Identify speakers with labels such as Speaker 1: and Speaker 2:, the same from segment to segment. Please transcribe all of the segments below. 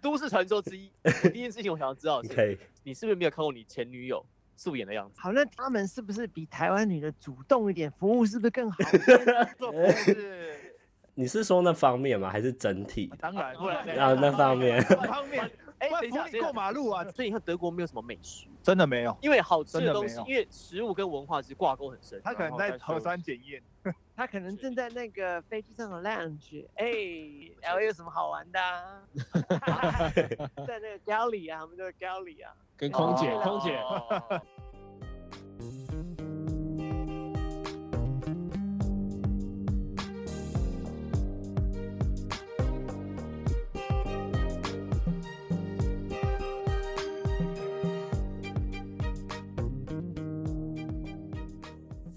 Speaker 1: 都市传说之 一。我第一件事情我想要知道的是，
Speaker 2: 可以，
Speaker 1: 你是不是没有看过你前女友素颜的样子？
Speaker 3: 好，那他们是不是比台湾女的主动一点，服务是不是更好？
Speaker 1: 是，
Speaker 2: 你是说那方面吗？还是整体？
Speaker 1: 当然，不然
Speaker 2: 啊，那方面，
Speaker 3: 方面，
Speaker 1: 哎，
Speaker 4: 不
Speaker 1: 等一下，
Speaker 4: 然福利过马路啊，
Speaker 1: 所以你看德国没有什么美食，
Speaker 4: 真的没有。
Speaker 1: 因为好吃
Speaker 4: 真的
Speaker 1: 东西
Speaker 4: 没，有
Speaker 1: 因为食物跟文化其实挂钩很深。
Speaker 4: 他可能在核酸检验，
Speaker 3: 他可能正在那个飞机上的 lounge，哎，然后有什么好玩的、啊？在那个 galley 啊，我们叫 galley 啊。
Speaker 5: 跟空姐，
Speaker 1: 哦
Speaker 5: 空姐，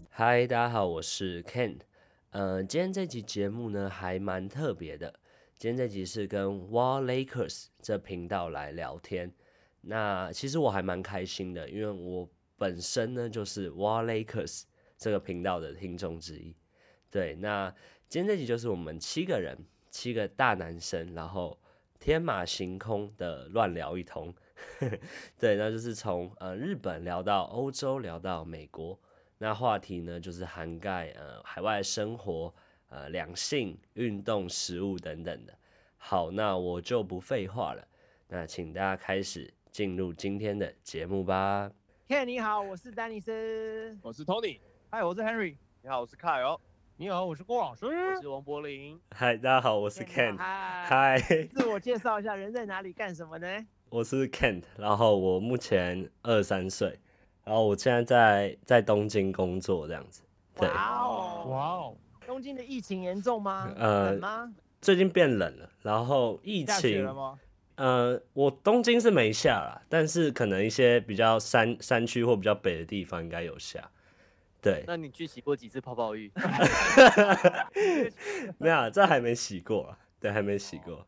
Speaker 2: 嗨，大家好，我是 Ken。呃，今天这集节目呢还蛮特别的。今天这集是跟 Wall Lakers 这频道来聊天。那其实我还蛮开心的，因为我本身呢就是 Wall Lakers 这个频道的听众之一。对，那今天这集就是我们七个人，七个大男生，然后天马行空的乱聊一通。 对，那就是从呃日本聊到欧洲，聊到美国。那话题呢，就是涵盖呃海外生活、呃两性、运动、食物等等的。好，那我就不废话了，那请大家开始进入今天的节目吧。
Speaker 3: Ken 你好，我是丹尼斯。
Speaker 5: 我是 Tony，
Speaker 4: 嗨，我是 Henry，你好，我是凯哦。
Speaker 5: 你好，我是郭老师。
Speaker 1: 我是王柏林，
Speaker 2: 嗨，大家好，我是
Speaker 3: Ken
Speaker 2: Kent。
Speaker 3: 你好嗨。
Speaker 2: 嗨，
Speaker 3: 自我介绍一下，人在哪里干什么呢？
Speaker 2: 我是 Kent，然后我目前二三岁，然后我现在在在东京工作这样子。对，
Speaker 3: 哇哦，
Speaker 5: 哇哦，
Speaker 3: 东京的疫情严重吗？
Speaker 2: 呃
Speaker 3: 冷吗？
Speaker 2: 最近变冷了，然后疫
Speaker 4: 下雪
Speaker 2: 情
Speaker 4: 了，吗？
Speaker 2: 呃，我东京是没下啦，但是可能一些比较山山区或比较北的地方应该有下。对，
Speaker 1: 那你去洗过几次泡泡浴？
Speaker 2: 没有啊，这还没洗过啊，对，还没洗过。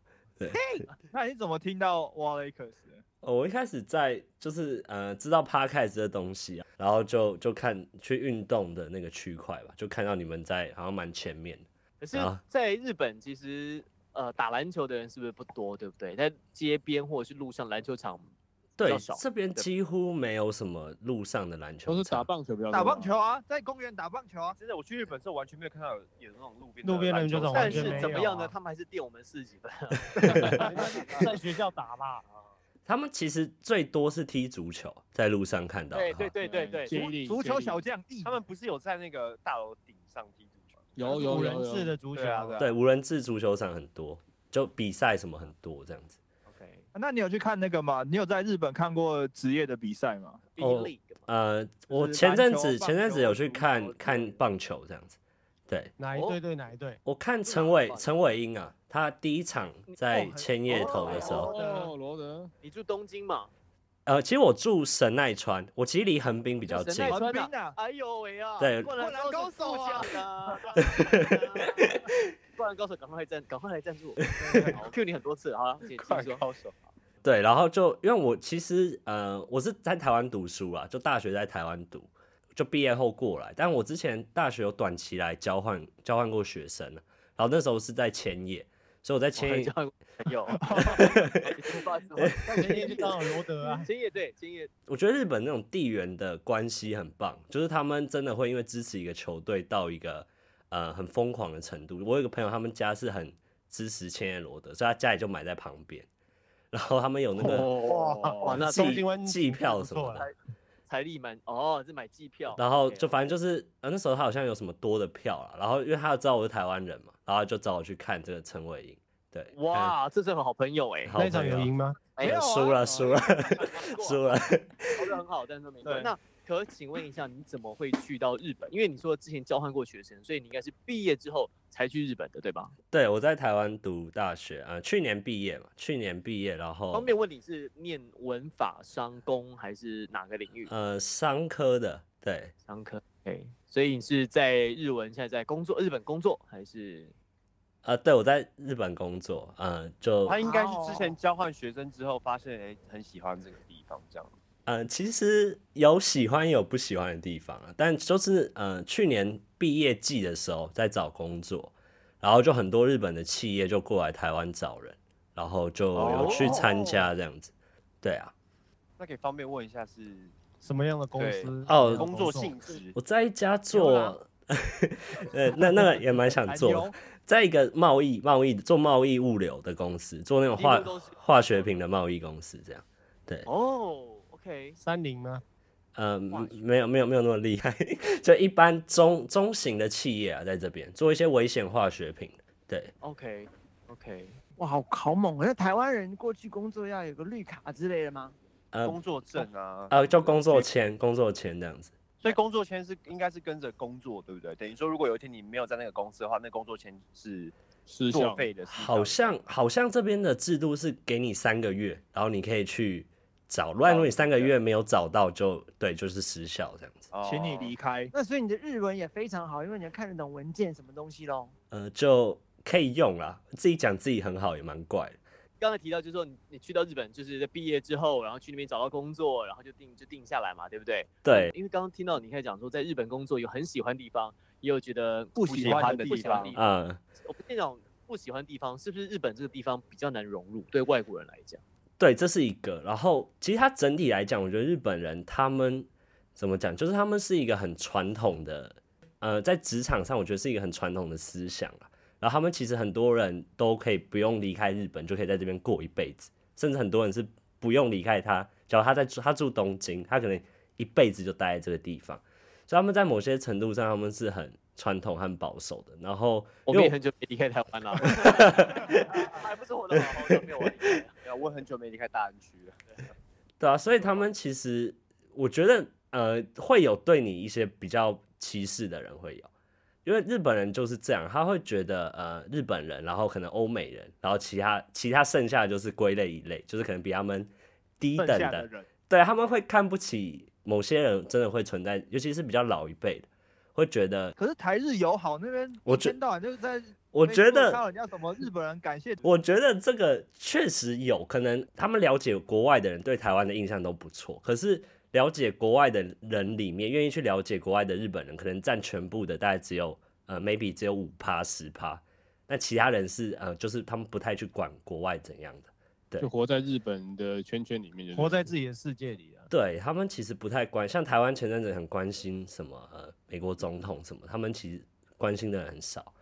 Speaker 4: 那你怎么听到 Wall Lakers？的
Speaker 2: 哦我一开始在就是呃知道 podcast 这东西啊，然后就就看去运动的那个区块吧，就看到你们在好像蛮前面的。
Speaker 1: 可是
Speaker 2: 啊，
Speaker 1: 在日本其实呃打篮球的人是不是不多，对不对？在街边或者是路上篮球场比
Speaker 2: 对
Speaker 1: 较少，
Speaker 2: 这边几乎没有什么路上的篮球
Speaker 5: 都是打
Speaker 2: 场
Speaker 5: 棒球比较多
Speaker 4: 打
Speaker 5: 啊
Speaker 4: 棒球，啊，在公园打棒球啊。
Speaker 6: 真的，我去日本的时候完全没有看到有有那种路边
Speaker 5: 路边的
Speaker 6: 篮
Speaker 5: 这种
Speaker 6: 场
Speaker 1: 但
Speaker 5: 完全
Speaker 1: 是
Speaker 5: 没
Speaker 1: 怎么
Speaker 5: 有
Speaker 1: 样
Speaker 5: 啊
Speaker 1: 呢？他们还是垫我们四十 几分。
Speaker 5: 在学校打吧。
Speaker 2: 他们其实最多是踢足球，在路上看到的
Speaker 1: 对
Speaker 2: 话。
Speaker 1: 对对对对，
Speaker 5: 接力
Speaker 4: 足
Speaker 5: 接
Speaker 4: 球
Speaker 5: 力
Speaker 4: 小将地，
Speaker 6: 他们不是有在那个大楼顶上踢足球？
Speaker 5: 有有
Speaker 4: 五
Speaker 5: 有
Speaker 4: 人
Speaker 5: 有
Speaker 4: 制的足球
Speaker 6: 对啊，对啊。
Speaker 2: 对，无人制足球场很多，就比赛什么很多这样子。
Speaker 6: OK，
Speaker 4: 那你有去看那个吗？你有在日本看过职业的比赛吗？
Speaker 1: B
Speaker 2: 哦
Speaker 1: League 嘛
Speaker 2: 呃，我
Speaker 4: 就是
Speaker 2: 前
Speaker 4: 篮
Speaker 2: 阵
Speaker 4: 球
Speaker 2: 子
Speaker 4: 棒
Speaker 2: 前阵子
Speaker 4: 球
Speaker 2: 有去
Speaker 4: 足
Speaker 2: 看
Speaker 4: 球之类
Speaker 2: 看
Speaker 4: 的
Speaker 2: 棒球这样子，对
Speaker 5: 哪一队对哪一队？
Speaker 2: 我看陈
Speaker 4: 啊
Speaker 1: 哪
Speaker 2: 伟
Speaker 1: 棒
Speaker 2: 陈伟英啊，他第一
Speaker 4: 哦
Speaker 2: 场在
Speaker 1: 很
Speaker 2: 千叶头的时候，
Speaker 5: 哦，罗德，
Speaker 1: 你住东京嘛？
Speaker 2: 呃，其实我住神奈川，我其实离横
Speaker 4: 哦
Speaker 2: 滨比较
Speaker 1: 神
Speaker 2: 近
Speaker 1: 奈，
Speaker 3: 哦
Speaker 1: 川
Speaker 4: 横 滨啊
Speaker 1: 哎呦喂啊！
Speaker 2: 对
Speaker 1: 灌篮
Speaker 4: 灌篮
Speaker 1: 高手
Speaker 4: 高手啊
Speaker 1: 是不讲啊！灌篮高手，赶快来赞，赶快来赞助我！Q 你很多次了，好了，请继续说。
Speaker 6: 高手，
Speaker 2: 对，然后就因为我其实呃，我是在台湾读书啊啦，就大学在台湾读，就毕业后过来，但我之前大学有短期来交换交换过学生啊，然后那时候是在千叶，所以我在
Speaker 4: 哦
Speaker 2: 千叶
Speaker 1: 交朋友，不好意思，不好意思。
Speaker 5: 那前天就当了罗德啊
Speaker 1: 千叶对千叶，
Speaker 2: 我觉得日本那种地缘的关系很棒，就是他们真的会因为支持一个球队到一个呃很疯狂的程度。我有一个朋友，他们家是很支持千叶罗德，所以他家里就买在旁边，然后他们有那个
Speaker 1: 哇哇，那
Speaker 5: 哦东
Speaker 2: 季
Speaker 5: 京湾
Speaker 2: 季票
Speaker 5: 不
Speaker 2: 什么
Speaker 5: 错
Speaker 2: 的
Speaker 5: 啦，
Speaker 1: 财力蛮哦，是买机票，
Speaker 2: 然后就反正就是呃那时候他好像有什么多的票了，然后因为他知道我是台湾人嘛，然后就找我去看这个陈伟英，对，看，
Speaker 1: 哇，这是好朋友哎，
Speaker 2: 好
Speaker 5: 那一场
Speaker 2: 朋友
Speaker 5: 有赢吗？
Speaker 1: 哎
Speaker 2: 呃
Speaker 1: 呀，
Speaker 2: 输了输了输了。
Speaker 1: 投的很好，但是都没
Speaker 4: 对
Speaker 1: 关。那可请问一下，你怎么会去到日本？因为你说之前交换过学生，所以你应该是毕业之后才去日本的，对吧？
Speaker 2: 对，我在台湾读大学，呃，去年毕业嘛，去年毕业，然后
Speaker 1: 方便问你是念文法、商工还是哪个领域？
Speaker 2: 呃，商科的，对，
Speaker 1: 商科。OK，所以你是在日文现在在工作，日本工作还是？
Speaker 2: 呃，对我在日本工作，呃，就
Speaker 1: 哎
Speaker 6: 他应该是之
Speaker 1: 哦
Speaker 6: 前交换学生之后发现哎很喜欢这个地方这样。
Speaker 2: 呃，其实有喜欢有不喜欢的地方啊，但就是呃，去年毕业季的时候在找工作，然后就很多日本的企业就过来台湾找人，然后就有去参加这样子。对啊，
Speaker 6: 那可以方便问一下是
Speaker 5: 什么样的公司？
Speaker 2: 对哦
Speaker 6: 工作性质
Speaker 2: 我在一家
Speaker 3: 有啊
Speaker 2: 做， 呃，那那个也蛮想
Speaker 5: 还
Speaker 2: 做
Speaker 5: 有
Speaker 2: 的，在一个贸易贸易做贸易物流的公司，做那种化
Speaker 1: 几乎都是
Speaker 2: 化学品的贸易公司这样。
Speaker 1: 哦，OK，
Speaker 5: 三菱吗？
Speaker 2: 呃，
Speaker 1: 化学
Speaker 2: 没有没有没有那么厉害， 就一般中中型的企业啊，在这边做一些危险化学品。对，
Speaker 1: OK OK，
Speaker 3: 哇，好好猛啊！那台湾人过去工作要有个绿卡之类的吗？
Speaker 2: 呃
Speaker 6: 工作证啊，
Speaker 2: 呃，就工作签，工作签这样子。
Speaker 6: 所以工作签是应该是跟着工作，对不对？等于说，如果有一天你没有在那个公司的话，那工作签是
Speaker 7: 是
Speaker 6: 作
Speaker 7: 像
Speaker 6: 废的。
Speaker 2: 好像好像这边的制度是给你三个月，然后你可以去找。乱如果你三个月没有找到就，对，就是失效这样子。
Speaker 6: 哦
Speaker 4: 请你离开。
Speaker 3: 那所以你的日文也非常好，因为你要看得懂文件什么东西喽。
Speaker 2: 呃，就可以用啦。自己讲自己很好也蛮怪的。
Speaker 1: 刚才提到就是说你你去到日本就是在毕业之后，然后去那边找到工作，然后就定就定下来嘛，对不对？
Speaker 2: 对，
Speaker 1: 因为刚刚听到你开始讲说在日本工作有很喜欢的地方，也有觉得不
Speaker 6: 喜欢的
Speaker 1: 不
Speaker 6: 地
Speaker 1: 喜欢的
Speaker 6: 方
Speaker 1: 地方。
Speaker 2: 嗯、
Speaker 1: 我们这种不喜欢的地方，是不是日本这个地方比较难融入？对外国人来讲，
Speaker 2: 对，这是一个。然后其实它整体来讲，我觉得日本人他们怎么讲，就是他们是一个很传统的，呃，在职场上我觉得是一个很传统的思想啊。然后他们其实很多人都可以不用离开日本，就可以在这边过一辈子，甚至很多人是不用离开他，假如他在他住东京，他可能一辈子就待在这个地方。所以他们在某些程度上，他们是很传统和保守的。然后
Speaker 1: 我
Speaker 2: 因
Speaker 1: 们
Speaker 2: 为
Speaker 1: 也很久没离开台湾了，还不是我的好好没有玩。
Speaker 6: 要我很久啊没离开大安区了。
Speaker 2: 对啊，所以他们其实我觉得呃会有对你一些比较歧视的人会有，因为日本人就是这样，他会觉得呃日本人，然后可能欧美人，然后其他其他剩下的就是归类一类，就是可能比他们低等
Speaker 4: 剩下的
Speaker 2: 的，
Speaker 4: 人，
Speaker 2: 对他们会看不起某些人，真的会存在，尤其是比较老一辈的，会觉得
Speaker 4: 可是台日友好那边，
Speaker 2: 我
Speaker 4: 一
Speaker 2: 觉
Speaker 4: 天到晚就是在，
Speaker 2: 我觉得
Speaker 4: 看人家什么日本人感谢，
Speaker 2: 我觉得这个确实有可能，他们了解国外的人对台湾的印象都不错，可是了解国外的人里面，愿意去了解国外的日本人，可能占全部的大概只有呃 maybe 只有五趴十趴，那其他人是呃就是他们不太去管国外怎样的，
Speaker 7: 就活在日本的圈圈里面就对了，
Speaker 5: 活在自己的世界里啊。
Speaker 2: 对他们其实不太关，像台湾前阵子很关心什么呃美国总统什么，他们其实关心的人很少。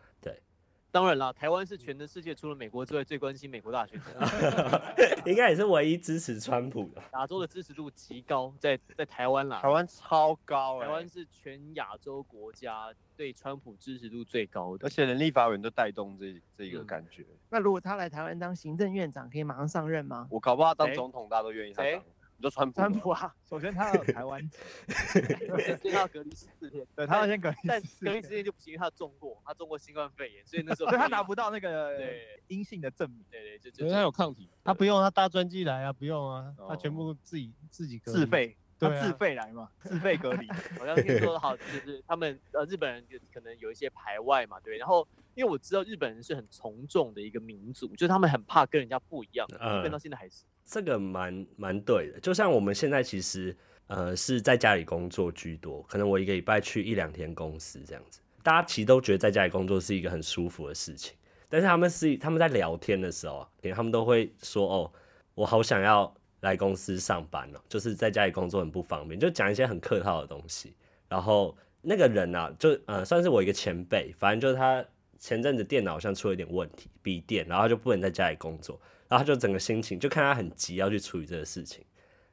Speaker 1: 当然啦，台湾是全的世界除了美国之外最关心美国大选的，
Speaker 2: 应该也是唯一支持川普的，
Speaker 1: 亚洲的支持度极高，在在台湾啦，
Speaker 6: 台湾超高哎、
Speaker 1: 台湾是全亚洲国家对川普支持度最高的
Speaker 6: 而。且人力法源都带动这这一个
Speaker 1: 嗯
Speaker 6: 感觉。
Speaker 3: 那如果他来台湾当行政院长，可以马上上任吗？
Speaker 6: 我搞不好他
Speaker 1: 谁
Speaker 6: 当总统，大家都愿意他
Speaker 1: 谁
Speaker 6: 当。你说川普吗？
Speaker 3: 川普啊，
Speaker 4: 首先他有台湾籍，
Speaker 1: 先要隔离十四天，
Speaker 4: 对，他要先 隔离
Speaker 1: 但
Speaker 4: 14
Speaker 1: 隔离
Speaker 4: 天
Speaker 1: 之前就不行，因为他中过，他中过新冠肺炎，所以那时候
Speaker 4: 所以他拿不到那个
Speaker 1: 对
Speaker 4: 阴性的证明。
Speaker 1: 对对，就
Speaker 7: 因
Speaker 1: 就
Speaker 7: 为他有抗体，
Speaker 5: 他不用，他搭专机来啊，不用啊，
Speaker 6: 哦
Speaker 5: 他全部自己自己隔离
Speaker 4: 自。费，他
Speaker 5: 对啊
Speaker 4: 自费来嘛， 哎自费隔离。
Speaker 1: 好像听说好，就是他们呃日本人就可能有一些排外嘛，对。然后因为我知道日本人是很从众的一个民族，就是他们很怕跟人家不一样，
Speaker 2: 嗯
Speaker 1: 日本到现在还是。
Speaker 2: 这个蛮蛮对的。就像我们现在其实呃是在家里工作居多，可能我一个礼拜去一两天公司这样子。大家其实都觉得在家里工作是一个很舒服的事情，但是他们是他们在聊天的时候啊，他们都会说哦，我好想要来公司上班哦，就是在家里工作很不方便，就讲一些很客套的东西。然后那个人啊，就呃算是我一个前辈，反正就是他前阵子电脑好像出了一点问题，笔电，然后他就不能在家里工作，然后他就整个心情就看他很急要去处理这个事情，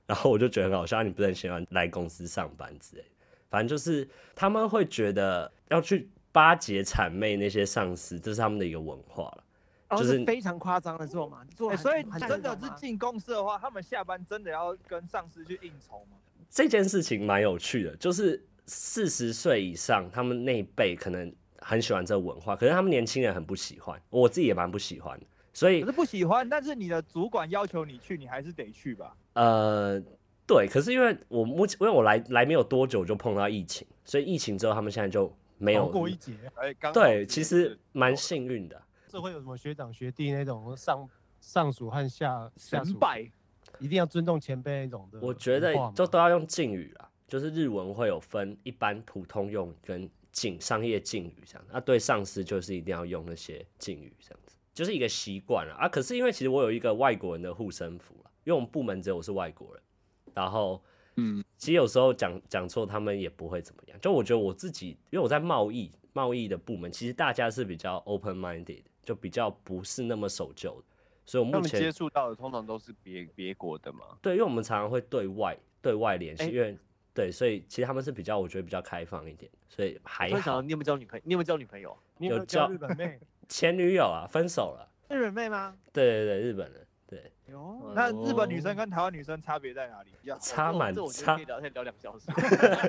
Speaker 2: 然后我就觉得很好笑，啊你不是很喜欢来公司上班之类的，反正就是他们会觉得要去巴结谄媚那些上司，这是他们的一个文化了。
Speaker 3: 哦，
Speaker 2: 就是
Speaker 3: 是非常夸张的做嘛，做
Speaker 4: 欸
Speaker 3: 得很、
Speaker 4: 所以
Speaker 3: 很
Speaker 4: 真的
Speaker 3: 那
Speaker 4: 是
Speaker 3: 种吗
Speaker 4: 进公司的
Speaker 2: 啊
Speaker 4: 话，他们下班真的要跟上司去应酬吗？
Speaker 2: 这件事情蛮有趣的，就是四十岁以上，他们那一辈可能很喜欢这个文化，可是他们年轻人很不喜欢，我自己也蛮不喜欢的，所以
Speaker 4: 可是不喜欢，但是你的主管要求你去，你还是得去吧。
Speaker 2: 呃，对，可是因为我目前因为我来来没有多久就碰到疫情，所以疫情之后他们现在就没
Speaker 5: 逃
Speaker 2: 有
Speaker 5: 过一劫，
Speaker 6: 哎，刚好
Speaker 2: 对，
Speaker 6: 是嗯
Speaker 2: 其实蛮幸运的。
Speaker 5: 这会有什么学长学弟那种上上属和下下
Speaker 4: 神
Speaker 5: 属，
Speaker 4: 拜，
Speaker 5: 一定要尊重前辈那种的文化嘛。
Speaker 2: 我觉得就
Speaker 7: 啊
Speaker 2: 都要用敬语啦，就是日文会有分一般普通啊用语跟敬商业敬语这样，那、对上司就是一定要用那些敬语这样子。就是一个习惯了啊。可是因为其实我有一个外国人的护身符了，因为我们部门只有我是外国人，然后
Speaker 7: 嗯，
Speaker 2: 其实有时候讲讲错，他们也不会怎么样。就我觉得我自己，因为我在贸易贸易的部门，其实大家是比较 open minded，就比较不是那么守旧的。所以我
Speaker 6: 他
Speaker 2: 目
Speaker 6: 们接
Speaker 2: 前
Speaker 6: 触到的通常都是别别国的嘛，
Speaker 2: 对，因为我们常常会对外对外联系，
Speaker 1: 哎
Speaker 2: 因为对，所以其实他们是比较，我觉得比较开放一点，所以还
Speaker 1: 突然想
Speaker 2: 好
Speaker 1: 到。你有没有交女朋友？你有没有交女朋友？
Speaker 5: 你有没
Speaker 2: 有
Speaker 5: 有交
Speaker 2: 交
Speaker 5: 日本妹？
Speaker 2: 前女友啊，分手了，
Speaker 3: 日本妹吗？
Speaker 2: 对对对，日本人，对，嗯
Speaker 3: 有，
Speaker 4: 那日本
Speaker 6: 哦
Speaker 4: 女生跟台湾女生差别在哪里？比较 好
Speaker 2: 差蛮
Speaker 1: 这我觉得
Speaker 2: 差
Speaker 1: 可以，聊天聊两个小时。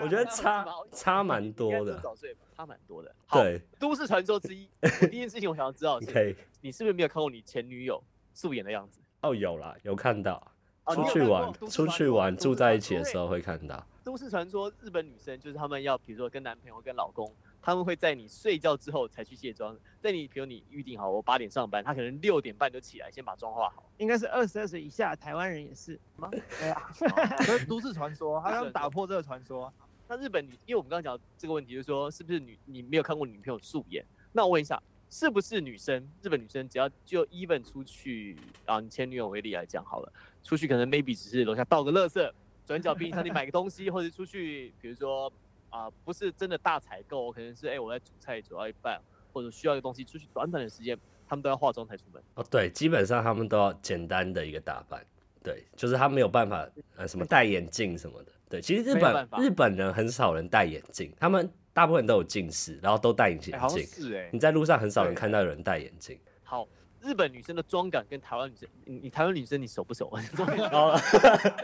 Speaker 2: 我觉得 差差蛮多
Speaker 1: 应该是
Speaker 2: 的，
Speaker 1: 早睡吧，差蛮多的。好，
Speaker 2: 对，
Speaker 1: 都市传说之 一，我第一件事情我想要知道的
Speaker 2: 可
Speaker 1: 是，
Speaker 2: 以
Speaker 1: 你是不是没有看过你前女友素颜的样子？
Speaker 2: 哦，有啦，有看到，
Speaker 1: 哦
Speaker 2: 出
Speaker 1: 你有
Speaker 2: 去
Speaker 1: 看过
Speaker 2: 玩，
Speaker 1: 都市
Speaker 2: 出
Speaker 1: 传
Speaker 2: 去
Speaker 1: 说
Speaker 2: 玩，
Speaker 1: 都
Speaker 2: 住
Speaker 1: 市
Speaker 2: 在
Speaker 1: 传
Speaker 2: 一起
Speaker 1: 说
Speaker 2: 的
Speaker 1: 对
Speaker 2: 时候会看到，
Speaker 1: 都市传说，日本女生就是她们要，比如说跟男朋友、跟老公，她们会在你睡觉之后才去卸妆。在你，比如你预定好我八点上班，她可能六点半就起来，先把妆化好。
Speaker 3: 应该是二十二岁以下的台湾人也是吗？对啊，
Speaker 4: 所以都市传说，他想打破这个传说。
Speaker 1: 那日本女，因为我们刚刚讲这个问题，就是说是不是女你没有看过女朋友素颜？那我问一下，是不是女生日本女生只要就 even 出去啊，你前女友为例来讲好了，出去可能 maybe 只是楼下倒个垃圾，转角便利商店买个东西，或者出去比如说啊、不是真的大采购，可能是哎、我在煮菜煮到一半，或者需要一个东西，出去短短的时间，他们都要化妆才出门。
Speaker 2: 哦，对，基本上他们都要简单的一个打扮，对，就是他没有办法呃什么戴眼镜什么的，对，其实日
Speaker 1: 没有
Speaker 2: 本
Speaker 1: 办法
Speaker 2: 日本人很少人戴眼镜，他们大部分都有近视，然后都戴隐形
Speaker 6: 哎、好像
Speaker 2: 镜，
Speaker 6: 是哎、
Speaker 2: 你在路上很少能
Speaker 6: 对
Speaker 2: 看到有人戴眼镜。
Speaker 1: 好，日本女生的妆感跟台湾女生，你你台湾女生你熟不熟？ 妆感
Speaker 2: 然后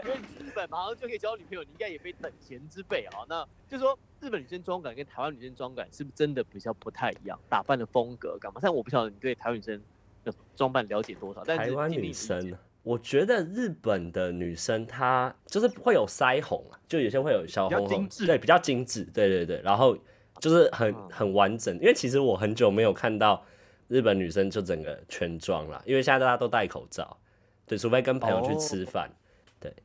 Speaker 1: 因为你去日本马上就可以交女朋友，你应该也非等闲之辈啊。那就说日本女生妆感跟台湾女生妆感是不是真的比较不太一样？打扮的风格干嘛？但我不晓得你对台湾女生的装扮了解多少，但是
Speaker 2: 台湾
Speaker 1: 尽力
Speaker 2: 女
Speaker 1: 理解
Speaker 2: 生啊呢，我觉得日本的女生她就是会有腮红啊，就有些会有小
Speaker 4: 比较
Speaker 2: 红红
Speaker 4: 精，致
Speaker 2: 对，比较精致，对对对，然后就是很
Speaker 1: 嗯
Speaker 2: 很完整，因为其实我很久没有看到日本女生就整个全妆了，因为现在大家都戴口罩，对，除非跟朋友去
Speaker 1: 哦
Speaker 2: 吃饭，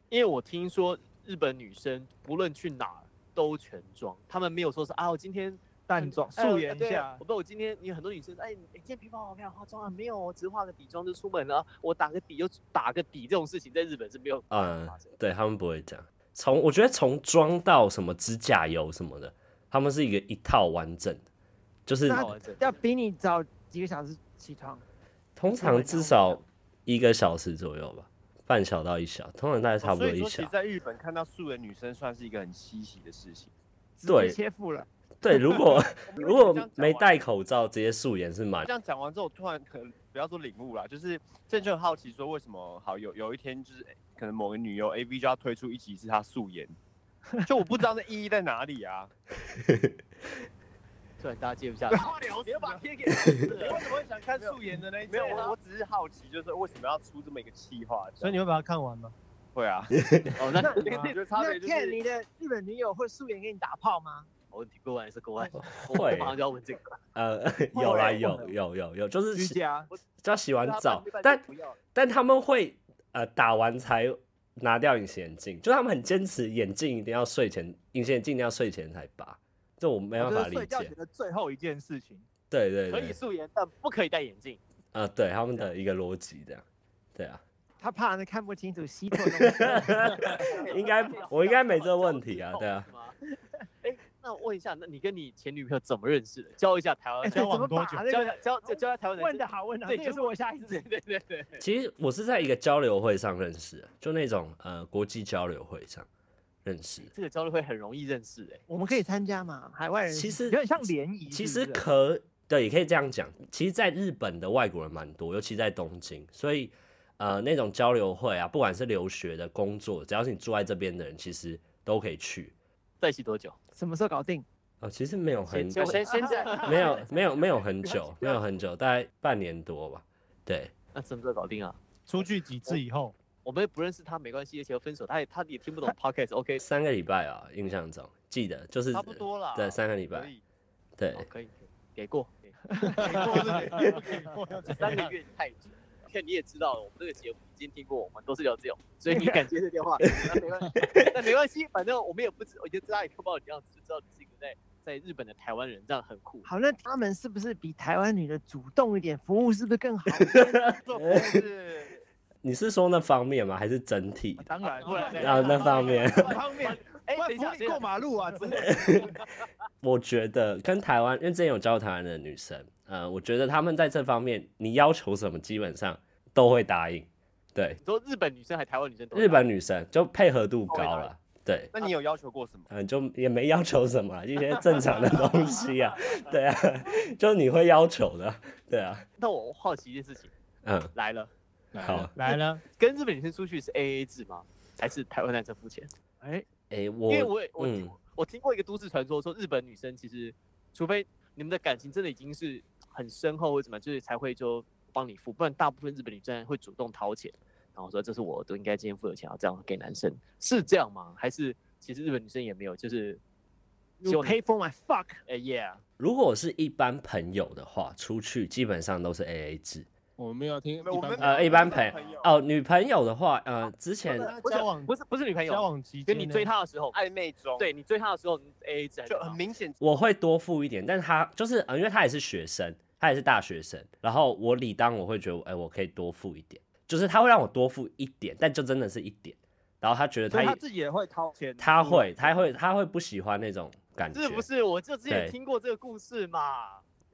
Speaker 1: 因为我听说日本女生不论去哪儿都全妆，她们没有说是啊，我今天
Speaker 4: 淡妆
Speaker 1: 哎
Speaker 4: 素颜一
Speaker 1: 对
Speaker 4: 下
Speaker 1: 我不，我今天你很多女生，哎，你你今天皮肤好漂亮，化妆啊？没有，我只是化个底妆就出门了，我打个底就打个底，这种事情在日本是没有
Speaker 2: 嗯
Speaker 1: 发生的。
Speaker 2: 对他们不会这样。从我觉得从妆到什么指甲油什么的，他们是一个一套完整的，就是
Speaker 1: 好完整
Speaker 3: 要比你早几个小时起床，
Speaker 2: 通常至少一个小时左右吧，半小到一小，通常大概差不多
Speaker 6: 哦所以
Speaker 2: 一
Speaker 6: 说，其
Speaker 2: 小
Speaker 6: 实。在日本看到素颜女生算是一个很稀奇的事情。
Speaker 3: 直
Speaker 2: 对
Speaker 3: 接切腹了。
Speaker 2: 对，如果如果
Speaker 6: 这样讲
Speaker 2: 没
Speaker 6: 完
Speaker 2: 戴口罩，直接素颜是蛮
Speaker 6: 这样讲完之后，我突然可能不要说领悟啦，就是郑就很好奇说，为什么好有有一天就是哎可能某个女优 A V 就要推出一集是她素颜，就我不知道那意义在哪里 啊。
Speaker 1: 突然大家接不下来， 啊别把贴给
Speaker 6: 为什么会想看素颜的呢？没有，我我只是好奇，就是为什么要出这么一个企划？
Speaker 5: 所以你会把它看完吗？
Speaker 6: 会啊？
Speaker 1: 哦，那
Speaker 6: 我觉得差
Speaker 3: 那
Speaker 6: 别就
Speaker 3: Ken，
Speaker 6: 是
Speaker 3: 你的日本女友会素颜给你打炮吗？
Speaker 1: 我哦问题过完还是过完，我
Speaker 2: 哦会
Speaker 1: 马上就要问这个。
Speaker 2: 呃有啦有有有有，就是
Speaker 4: 居
Speaker 2: 洗
Speaker 4: 家
Speaker 2: 就要洗完澡
Speaker 1: 对啊，
Speaker 2: 但
Speaker 1: 不要了
Speaker 2: 但他们会呃打完才拿掉隐形眼镜，就他们很坚持眼镜一定要睡前，隐形眼镜一定要睡前才拔，这我没办
Speaker 4: 哦就
Speaker 2: 法
Speaker 4: 是
Speaker 2: 理
Speaker 4: 睡觉
Speaker 2: 解
Speaker 4: 前。的最后一件事情。
Speaker 2: 对对
Speaker 1: 可以
Speaker 2: 对，
Speaker 1: 素颜，但不可以戴眼镜。
Speaker 2: 呃对他们的一个逻辑这样，对啊，
Speaker 3: 他怕那看不清楚西头的东 西。
Speaker 2: 应该 我应该没这个问题啊，对啊。
Speaker 1: 是吗。哎，那我问一下，那你跟你前女朋友怎么认识的？教一下台湾，
Speaker 5: 哎
Speaker 1: 教
Speaker 5: 交
Speaker 1: 一
Speaker 5: 往
Speaker 3: 怎么
Speaker 5: 多
Speaker 3: 把
Speaker 5: 久
Speaker 3: 那
Speaker 1: 教一
Speaker 3: 个
Speaker 1: 下教教教一下台湾人
Speaker 3: 问的好，问的好，
Speaker 1: 对
Speaker 3: 这也是我下一次
Speaker 1: 对。 对对对对，
Speaker 2: 其实我是在一个交流会上认识的，就那种呃国际交流会上认识的。
Speaker 1: 这个交流会很容易认识哎。
Speaker 3: 我们可以参加嘛？海外人
Speaker 2: 其实
Speaker 4: 有点像联谊，
Speaker 2: 其实
Speaker 4: 是不是
Speaker 2: 可对，也可以这样讲。其实，在日本的外国人蛮多，尤其在东京，所以呃那种交流会啊，不管是留学的、工作，只要是你住在这边的人，其实都可以去。
Speaker 1: 在一起多久？
Speaker 3: 什么时候搞定？
Speaker 2: 哦，其实没有很
Speaker 1: 先先先 在，
Speaker 2: 没有没有没有很久，没有很久，大概半年多吧。对，
Speaker 1: 那什么时候搞定啊？
Speaker 5: 出去几次以后，
Speaker 1: 我们不认识他没关系，而且分手，他也他也听不懂 podcast，OK，
Speaker 2: 三个礼拜啊，印象中记得就是
Speaker 6: 差不多啦。
Speaker 2: 对三个礼拜
Speaker 6: 可，以
Speaker 2: 对
Speaker 1: 好哦可以，可以给过。给过
Speaker 5: 要怎 么
Speaker 1: 三个
Speaker 5: 样
Speaker 1: 月太久。看你也知道了，我们这个节目已经听过，我们都是聊这种，所以你敢接这 电话，那没关系，那没关系，反正我们也不知，我就知道你不知道你样子，就知道你是一个在在日本的台湾人，这样很 酷。
Speaker 3: 好，那他们是不是比台湾女的主动一点，服务是不是更好？
Speaker 6: 做不是
Speaker 2: 你是说那方面吗？还是整体？
Speaker 4: 当然，
Speaker 1: 不然
Speaker 2: 啊，那方面，
Speaker 4: 方面，
Speaker 1: 哎、
Speaker 4: 不
Speaker 1: 等一下，
Speaker 4: 然扶
Speaker 1: 等
Speaker 4: 你
Speaker 1: 一
Speaker 4: 过
Speaker 1: 下，
Speaker 4: 马路啊之类的。
Speaker 2: 我觉得跟台湾，因为之前有教台湾的女生，呃，我觉得她们在这方面，你要求什么，基本上都会答应。对，
Speaker 1: 你说日本女生还台湾女生都一样？
Speaker 2: 日本女生就配合度高
Speaker 1: 都会答
Speaker 2: 了。对，
Speaker 6: 那你有要求过什么？
Speaker 2: 嗯，就也没要求什么啦，一些正常的东西啊，对啊，就你会要求的，对啊，
Speaker 1: 那我好奇一件事情
Speaker 2: 嗯，
Speaker 1: 来了，
Speaker 4: 啊
Speaker 1: 啊
Speaker 2: 好，
Speaker 5: 来了，
Speaker 1: 跟日本女生出去是 A A 制吗？还是台湾男生付钱？
Speaker 2: 诶，
Speaker 1: 因为
Speaker 2: 我
Speaker 1: 我也我听、
Speaker 2: 嗯
Speaker 1: 我听过一个都市传说，说日本女生其实，除非你们的感情真的已经是很深厚或者怎么样，就是才会就帮你付，不然大部分日本女生会主动掏钱，然后说这是我都应该今天付的钱，要这样给男生，是这样吗？还是其实日本女生也没有，就是希
Speaker 3: You
Speaker 1: 望你
Speaker 3: pay for my fuck，
Speaker 1: 哎、yeah，
Speaker 2: 如果是一般朋友的话，出去基本上都是 A A 制。
Speaker 7: 我们
Speaker 5: 啊
Speaker 7: 要听一
Speaker 6: 我
Speaker 7: 般
Speaker 6: 们
Speaker 7: 朋友
Speaker 2: 呃一般
Speaker 6: 朋
Speaker 2: 陪哦，女朋友的话，呃，之前
Speaker 1: 不是
Speaker 5: 交往
Speaker 1: 不是不是女朋
Speaker 5: 交
Speaker 1: 友，
Speaker 5: 往期
Speaker 1: 就
Speaker 5: 间呢，
Speaker 1: 你追她的时候，
Speaker 6: 暧昧中，，
Speaker 1: 对你追她的时候你 A A 制还是怎
Speaker 6: 就
Speaker 1: 么
Speaker 6: 很
Speaker 1: 样
Speaker 6: 明显，
Speaker 2: 我会多付一点，但他就是呃，因为他也是学生，他也是大学生，然后我理当我会觉得，哎、我可以多付一点，就是他会让我多付一点，但就真的是一点，然后他觉得
Speaker 4: 所
Speaker 2: 他
Speaker 4: 以
Speaker 2: 也
Speaker 4: 他自己也会掏钱，
Speaker 2: 他会他会他会不喜欢那种感觉，
Speaker 1: 是不是？我就之前
Speaker 2: 对
Speaker 1: 听过这个故事嘛。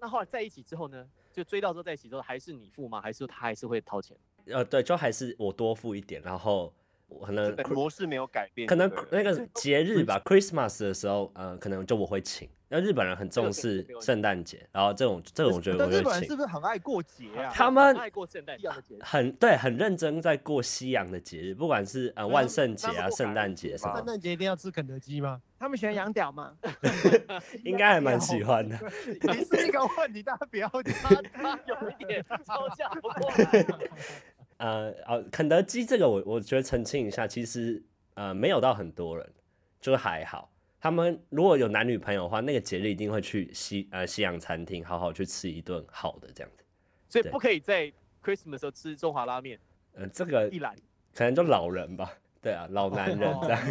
Speaker 1: 那后来在一起之后呢？就追到之后在一起之后，还是你付吗？还是说他还是会掏钱？
Speaker 2: 呃，对，就还是我多付一点，然后呃我可能
Speaker 6: 这个模式没有改变，
Speaker 2: 可能
Speaker 6: 对不对
Speaker 2: 那个节日吧，Christmas 的时候，呃，可能就我会请。那日本人很重视圣诞节，然后这种这种我觉得
Speaker 4: 但
Speaker 2: 我
Speaker 4: 日本
Speaker 2: 会
Speaker 4: 人是
Speaker 2: 请，
Speaker 4: 不是很爱过节啊？
Speaker 2: 他们
Speaker 1: 很爱过圣诞
Speaker 4: 一样 的节日，
Speaker 2: 很对，很认真在过西洋的节日，不管是呃万圣节啊、圣诞节什
Speaker 5: 圣
Speaker 2: 么，
Speaker 5: 诞节一定要吃肯德基吗？
Speaker 3: 他们喜欢养屌吗？
Speaker 2: 应该还蛮喜欢 的。
Speaker 4: 你是一个问题，大家不要
Speaker 1: 他他有一点招架不过来。
Speaker 2: 呃，哦，肯德基这个我我觉得澄清一下，其实呃没有到很多人，就是还好。他们如果有男女朋友的话，那个节日一定会去西呃西洋餐厅好好去吃一顿好的这样子。
Speaker 1: 所以
Speaker 2: 对
Speaker 1: 不可以在 Christmas 的时候吃中华拉面
Speaker 2: 呃，这个
Speaker 1: 一篮，
Speaker 2: 可能就老人吧，对啊，老男人这样。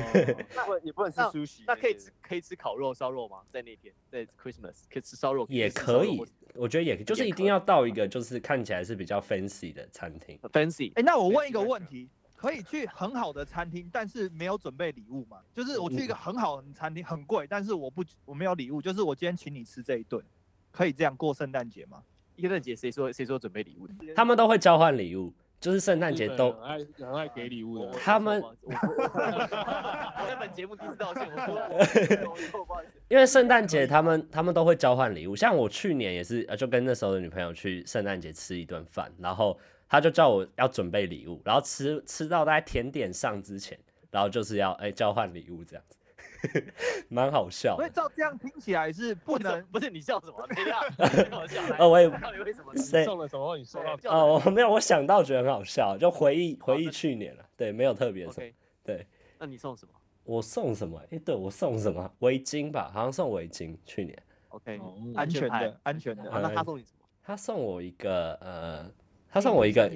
Speaker 6: 那会也不能吃
Speaker 1: 那
Speaker 6: sushi，
Speaker 1: 那可以吃可以吃烤肉、烧肉吗？在那天在 Christmas 可以吃烧肉，
Speaker 2: 也
Speaker 1: 吃
Speaker 2: 可
Speaker 1: 烧肉
Speaker 2: 以
Speaker 1: 或是，
Speaker 2: 我觉得也嗯就是
Speaker 1: 也
Speaker 2: 一
Speaker 1: 可
Speaker 2: 定要到一个就是看起来是比较 fancy 的餐厅。
Speaker 1: fancy。
Speaker 4: 哎，那我问一个问题，可以去很好的餐厅，但是没有准备礼物吗？就是我去一个很好的餐厅，很贵，但是我不我没有礼物，就是我今天请你吃这一顿，可以这样过圣诞节吗？
Speaker 1: 耶诞节谁说谁说准备礼物的？
Speaker 2: 他们都会交换礼物，就是圣诞节
Speaker 7: 日本人
Speaker 2: 都
Speaker 7: 很爱很爱给礼物的。
Speaker 2: 他们
Speaker 1: 我我 我在本节目第一次道歉，我说我我错，不好意思。
Speaker 2: 因为圣诞节他们他们都会交换礼物，像我去年也是，呃，就跟那时候的女朋友去圣诞节吃一顿饭，然后她就叫我要准备礼物，然后吃吃到大概甜点上之前，然后就是要哎、交换礼物这样子， 蛮好笑
Speaker 4: 所以
Speaker 2: 的。
Speaker 4: 照这样听起来是不
Speaker 1: 为什
Speaker 4: 能
Speaker 1: 么不 是你笑什么？等一下，你让我笑来。
Speaker 2: 哦我也
Speaker 1: 到底为什么？
Speaker 2: 谁
Speaker 7: 送了什么？你收到
Speaker 1: 对？笑
Speaker 2: 哦，我没有，我想到觉得很好笑，就回忆回忆
Speaker 1: 那
Speaker 2: 去年了，对，没有特别什么。
Speaker 1: OK，
Speaker 2: 对
Speaker 1: 那你送什么
Speaker 2: 我送什么？哎、对我送什么？围巾吧，好像送围巾。去年
Speaker 1: ？OK，
Speaker 7: 哦
Speaker 4: 安全
Speaker 1: 安全
Speaker 4: 的，安全
Speaker 1: 好
Speaker 4: 的。
Speaker 1: 那他送你什么？
Speaker 2: 他送我一个呃，他送我一 个，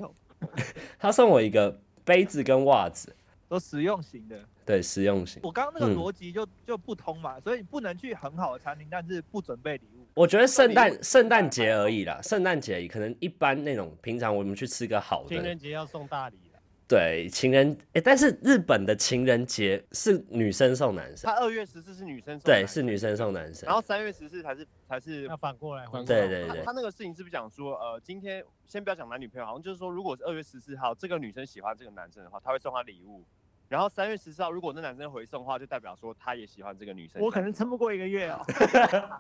Speaker 2: 他送我一个杯子跟袜子，
Speaker 4: 都实用型的，
Speaker 2: 对，实用型。
Speaker 4: 我刚刚那个
Speaker 2: 嗯
Speaker 4: 逻辑就就不通嘛，所以不能去很好的餐厅，但是不准备礼物。
Speaker 2: 我觉得圣诞圣诞节而已啦，圣诞节而已可能一般那种平常我们去吃个好
Speaker 5: 情
Speaker 2: 的
Speaker 5: 人，节要送大礼了，
Speaker 2: 对，情人哎、但是日本的情人节是女生送男生
Speaker 6: 他，二月十四是女啊生送
Speaker 2: 对，
Speaker 6: 男
Speaker 2: 是
Speaker 6: 生，
Speaker 2: 女生送男生
Speaker 6: 然，后三月十四才是才是
Speaker 5: 要反过来回
Speaker 7: 反
Speaker 5: 答。
Speaker 7: 过来
Speaker 2: 对对
Speaker 6: 他
Speaker 2: 对
Speaker 6: 他那个事情是不是讲说，呃，今天先不要讲男女朋友，好像就是说，如果是二月十四号这个女生喜欢这个男生的话，他会送她礼物。然后三月十四号，如果那男生回送的话，就代表说他也喜欢这个女生。
Speaker 3: 我可能撑不过一个
Speaker 4: 啊
Speaker 3: 月哦。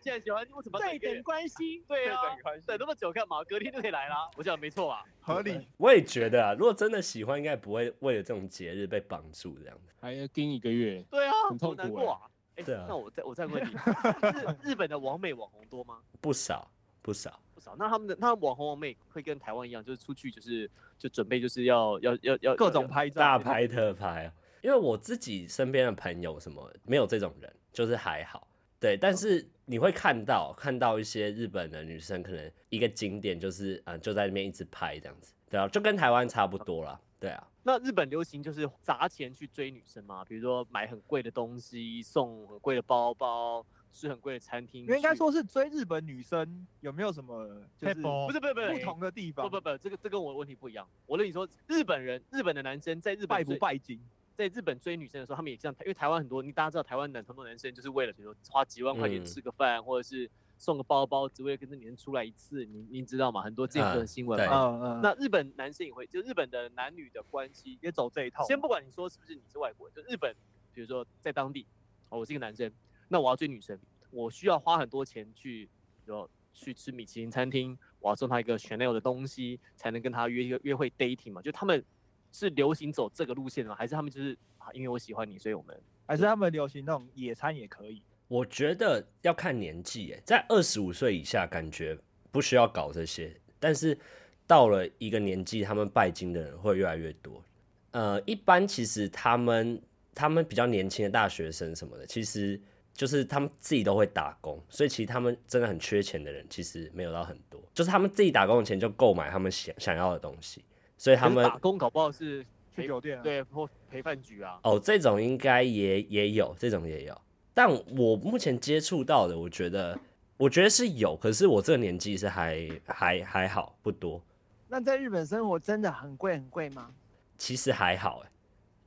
Speaker 1: 现在喜欢为什么要
Speaker 3: 对
Speaker 1: 等一个
Speaker 3: 等
Speaker 1: 月？
Speaker 3: 关系，
Speaker 1: 对啊，
Speaker 6: 关系
Speaker 1: 等那么久干嘛？隔天就可以来啦。我讲得没错吧？
Speaker 4: 合理。
Speaker 2: 我也觉得啊，如果真的喜欢，应该不会为了这种节日被绑住这样子。
Speaker 7: 还要盯一个月，
Speaker 1: 对啊，
Speaker 7: 很痛
Speaker 1: 多难
Speaker 7: 苦
Speaker 1: 过啊。哎
Speaker 2: 对啊
Speaker 1: 那我再我再问你，日日本的网美网红多吗？
Speaker 2: 不少不少，
Speaker 1: 不少。那他们的那网红网美会跟台湾一样，就是出去就是就准备就是要要要要
Speaker 4: 各种拍照，
Speaker 2: 大拍特拍啊。因为我自己身边的朋友什么没有这种人，就是还好。对，但是你会看到看到一些日本的女生，可能一个景点就是嗯、呃就在那边一直拍这样子，对啊，就跟台湾差不多啦。对啊，
Speaker 1: 那日本流行就是砸钱去追女生嘛，比如说买很贵的东西，送很贵的包包，吃很贵的餐厅去。
Speaker 4: 因为应该说是追日本女生有没有什么就是不
Speaker 1: 不是不是不是
Speaker 4: 不同的地方
Speaker 1: 不，不不，这个这跟我的问题不一样。我跟你说，日本人日本的男生在日本
Speaker 4: 拜
Speaker 1: 追
Speaker 4: 不拜金？
Speaker 1: 在日本追女生的时候，他们也这样，因为台湾很多，你大家知道台湾男很多男生就是为了比如说花几万块钱
Speaker 2: 嗯
Speaker 1: 吃个饭，或者是送个包包，只为了跟这女生出来一次，你你知道吗？很多这样的
Speaker 2: 嗯
Speaker 1: 新闻
Speaker 2: 对
Speaker 1: 嘛。
Speaker 4: 嗯嗯，
Speaker 1: 那日本男生也会，就日本的男女的关系
Speaker 4: 也走这一套。
Speaker 1: 先不管你说是不是你是外国人，就日本，比如说在当地，哦，我是一个男生，那我要追女生，我需要花很多钱去，比如说去吃米其林餐厅，我要送她一个 Chanel 的东西，才能跟她约一个约会 dating 嘛？就他们是流行走这个路线的吗？还是他们就是啊，因为我喜欢你，所以我们
Speaker 4: 还是他们流行那种野餐也可以。
Speaker 2: 我觉得要看年纪，诶，在二十五岁以下感觉不需要搞这些，但是到了一个年纪，他们拜金的人会越来越多。呃，一般其实他们他们比较年轻的大学生什么的，其实就是他们自己都会打工，所以其实他们真的很缺钱的人，其实没有到很多，就是他们自己打工的钱就购买他们想想要的东西，所以他
Speaker 1: 可是
Speaker 2: 们
Speaker 1: 打工搞不好是
Speaker 4: 去
Speaker 1: 陪
Speaker 4: 酒店啊
Speaker 1: 对或陪饭局 啊，
Speaker 2: 哦，这种应该也也有，这种也有。但我目前接触到的，我觉得，我觉得是有，可是我这个年纪是还还还好，不多，
Speaker 3: 那在日本生活真的很贵很贵吗？
Speaker 2: 其实还好，哎，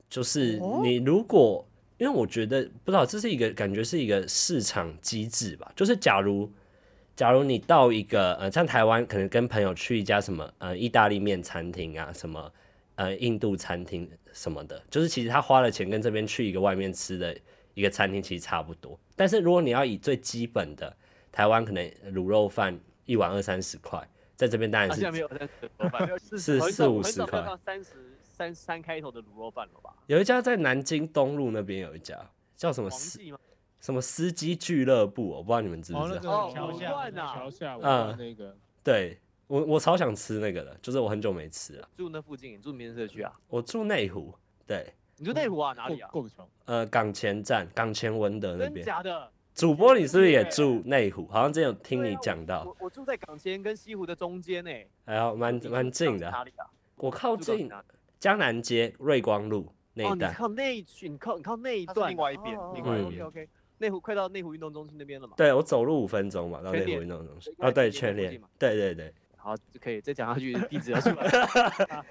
Speaker 2: 就是
Speaker 3: 哦
Speaker 2: 你如果，因为我觉得不知道，这是一个感觉是一个市场机制吧，就是假如。假如你到一个呃，像台湾可能跟朋友去一家什么呃意大利面餐厅啊，什么呃印度餐厅什么的，就是其实他花了钱跟这边去一个外面吃的一个餐厅其实差不多。但是如果你要以最基本的台湾可能卤肉饭一碗二三十块，在这边当
Speaker 1: 啊，
Speaker 2: 然
Speaker 1: 现
Speaker 2: 是、
Speaker 1: 在没有三十多饭，没有
Speaker 2: 是
Speaker 1: 很少
Speaker 2: 四五
Speaker 1: 很
Speaker 2: 十
Speaker 1: 少看
Speaker 2: 块。
Speaker 1: 到三十三三开头的卤肉饭了吧？
Speaker 2: 有一家在南京东路那边有一家叫什么
Speaker 1: 黄
Speaker 2: 司
Speaker 1: 记吗？
Speaker 2: 什么司机俱乐部，我不知道你们知不
Speaker 5: 哦
Speaker 2: 知
Speaker 5: 那
Speaker 2: 道。
Speaker 5: 个
Speaker 1: 哦，
Speaker 5: 桥
Speaker 1: 卤
Speaker 5: 下
Speaker 1: 饭
Speaker 7: 在
Speaker 1: 啊
Speaker 7: 桥，下我
Speaker 2: 嗯
Speaker 7: 看那个，
Speaker 2: 对我我超想吃那个的，就是我很久没吃了。
Speaker 1: 住那附近，你住民生社区啊？
Speaker 2: 我住内湖，对，
Speaker 1: 你住内湖啊？哪
Speaker 7: 过
Speaker 1: 里啊？
Speaker 7: 过个桥，
Speaker 2: 呃，港前站港前文德那
Speaker 1: 真
Speaker 2: 边。
Speaker 1: 假的？
Speaker 2: 主播，你是不是也住内湖？好像之前有听
Speaker 1: 对
Speaker 2: 你
Speaker 1: 啊
Speaker 2: 讲到，
Speaker 1: 我我住在港前跟西湖的中间呢、
Speaker 2: 还好蛮
Speaker 1: 你
Speaker 2: 蛮
Speaker 1: 住
Speaker 2: 近
Speaker 1: 港
Speaker 2: 的。
Speaker 1: 哪里啊？
Speaker 2: 我靠
Speaker 1: 住港
Speaker 2: 近
Speaker 1: 哪里啊
Speaker 2: 江南街瑞光路那
Speaker 1: 哦，
Speaker 2: 一
Speaker 1: 你
Speaker 2: 带，
Speaker 1: 靠那一区，你靠你靠那一
Speaker 6: 它是
Speaker 1: 段啊
Speaker 6: 另外一边
Speaker 3: 哦，
Speaker 6: 另外一
Speaker 1: OK
Speaker 6: 边。
Speaker 1: OK，内湖快到内湖运动中心那边了嘛？
Speaker 2: 对我走路五分钟嘛，到内
Speaker 1: 全
Speaker 2: 湖
Speaker 1: 联
Speaker 2: 运动中心。
Speaker 1: 刚才
Speaker 2: 哦，对，
Speaker 1: 全
Speaker 2: 全
Speaker 1: 联附
Speaker 2: 联
Speaker 1: 近嘛，
Speaker 2: 对对对，
Speaker 1: 好，就可以再讲下 去，地址要出来了。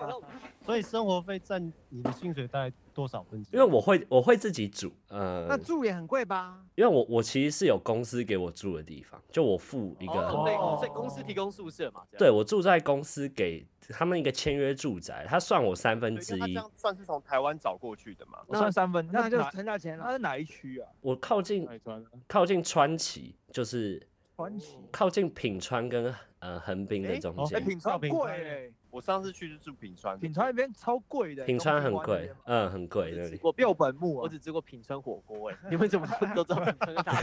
Speaker 5: 所以生活费占你的薪水大概多少分之一？
Speaker 2: 因为我会我会自己煮，呃
Speaker 3: 那，住也很贵吧？
Speaker 2: 因为我我其实是有公司给我住的地方，就我付一
Speaker 1: 哦
Speaker 2: 个，
Speaker 1: 对，
Speaker 5: 哦
Speaker 1: 所以公司提供宿舍嘛？这样
Speaker 2: 对，我住在公司给他们一个签约住宅，他算我三分之
Speaker 6: 他这
Speaker 2: 一，
Speaker 6: 样算是从台湾找过去的嘛？
Speaker 4: 我算三分，
Speaker 3: 那就
Speaker 4: 哪
Speaker 3: 存到钱
Speaker 4: 那
Speaker 3: 了。
Speaker 4: 是哪一区啊？
Speaker 2: 我靠近
Speaker 7: 海川啊
Speaker 2: 靠近川崎，就是
Speaker 4: 川崎。
Speaker 2: 靠近品川跟呃横滨的
Speaker 4: 诶
Speaker 2: 中
Speaker 5: 哦
Speaker 4: 哎，
Speaker 2: 间，
Speaker 4: 品川
Speaker 5: 品
Speaker 4: 贵
Speaker 5: 川
Speaker 4: 哎，
Speaker 6: 我上次去就住品川，
Speaker 4: 品川那边超贵的，欸
Speaker 2: 品川很
Speaker 4: 东京湾
Speaker 2: 贵
Speaker 4: 那边嘛，
Speaker 2: 嗯，很贵
Speaker 1: 我
Speaker 2: 那
Speaker 1: 只吃
Speaker 2: 里。
Speaker 1: 过
Speaker 4: 六本木
Speaker 1: 我
Speaker 4: 啊，
Speaker 1: 只吃过品川火锅哎、 你们怎么都知道品川大？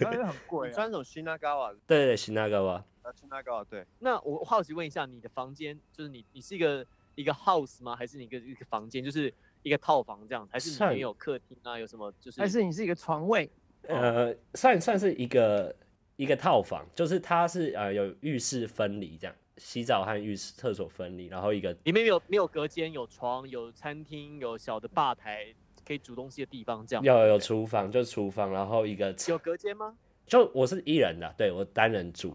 Speaker 4: 那边很贵啊。
Speaker 6: 品川有新那高啊，
Speaker 2: 对对，新那个吧，
Speaker 6: 啊新那高啊，对，
Speaker 1: 那我好奇问一下，你的房间就是你你是一个一个 house 吗？还是你一个一个房间，就是一个套房这样？还是你里
Speaker 2: 算
Speaker 1: 面有客厅啊？有什么就是？
Speaker 3: 还是你是一个床位？
Speaker 2: 呃，算算是一个一个套房，就是它是呃有浴室分离这样，洗澡和浴室厕所分离，然后一个
Speaker 1: 里面没有没有隔间，有床，有餐厅，有小的吧台，可以煮东西的地方，这样。
Speaker 2: 要有厨房，就是厨房，然后一个
Speaker 1: 有隔间吗
Speaker 2: 就我是一人的，对我单人住，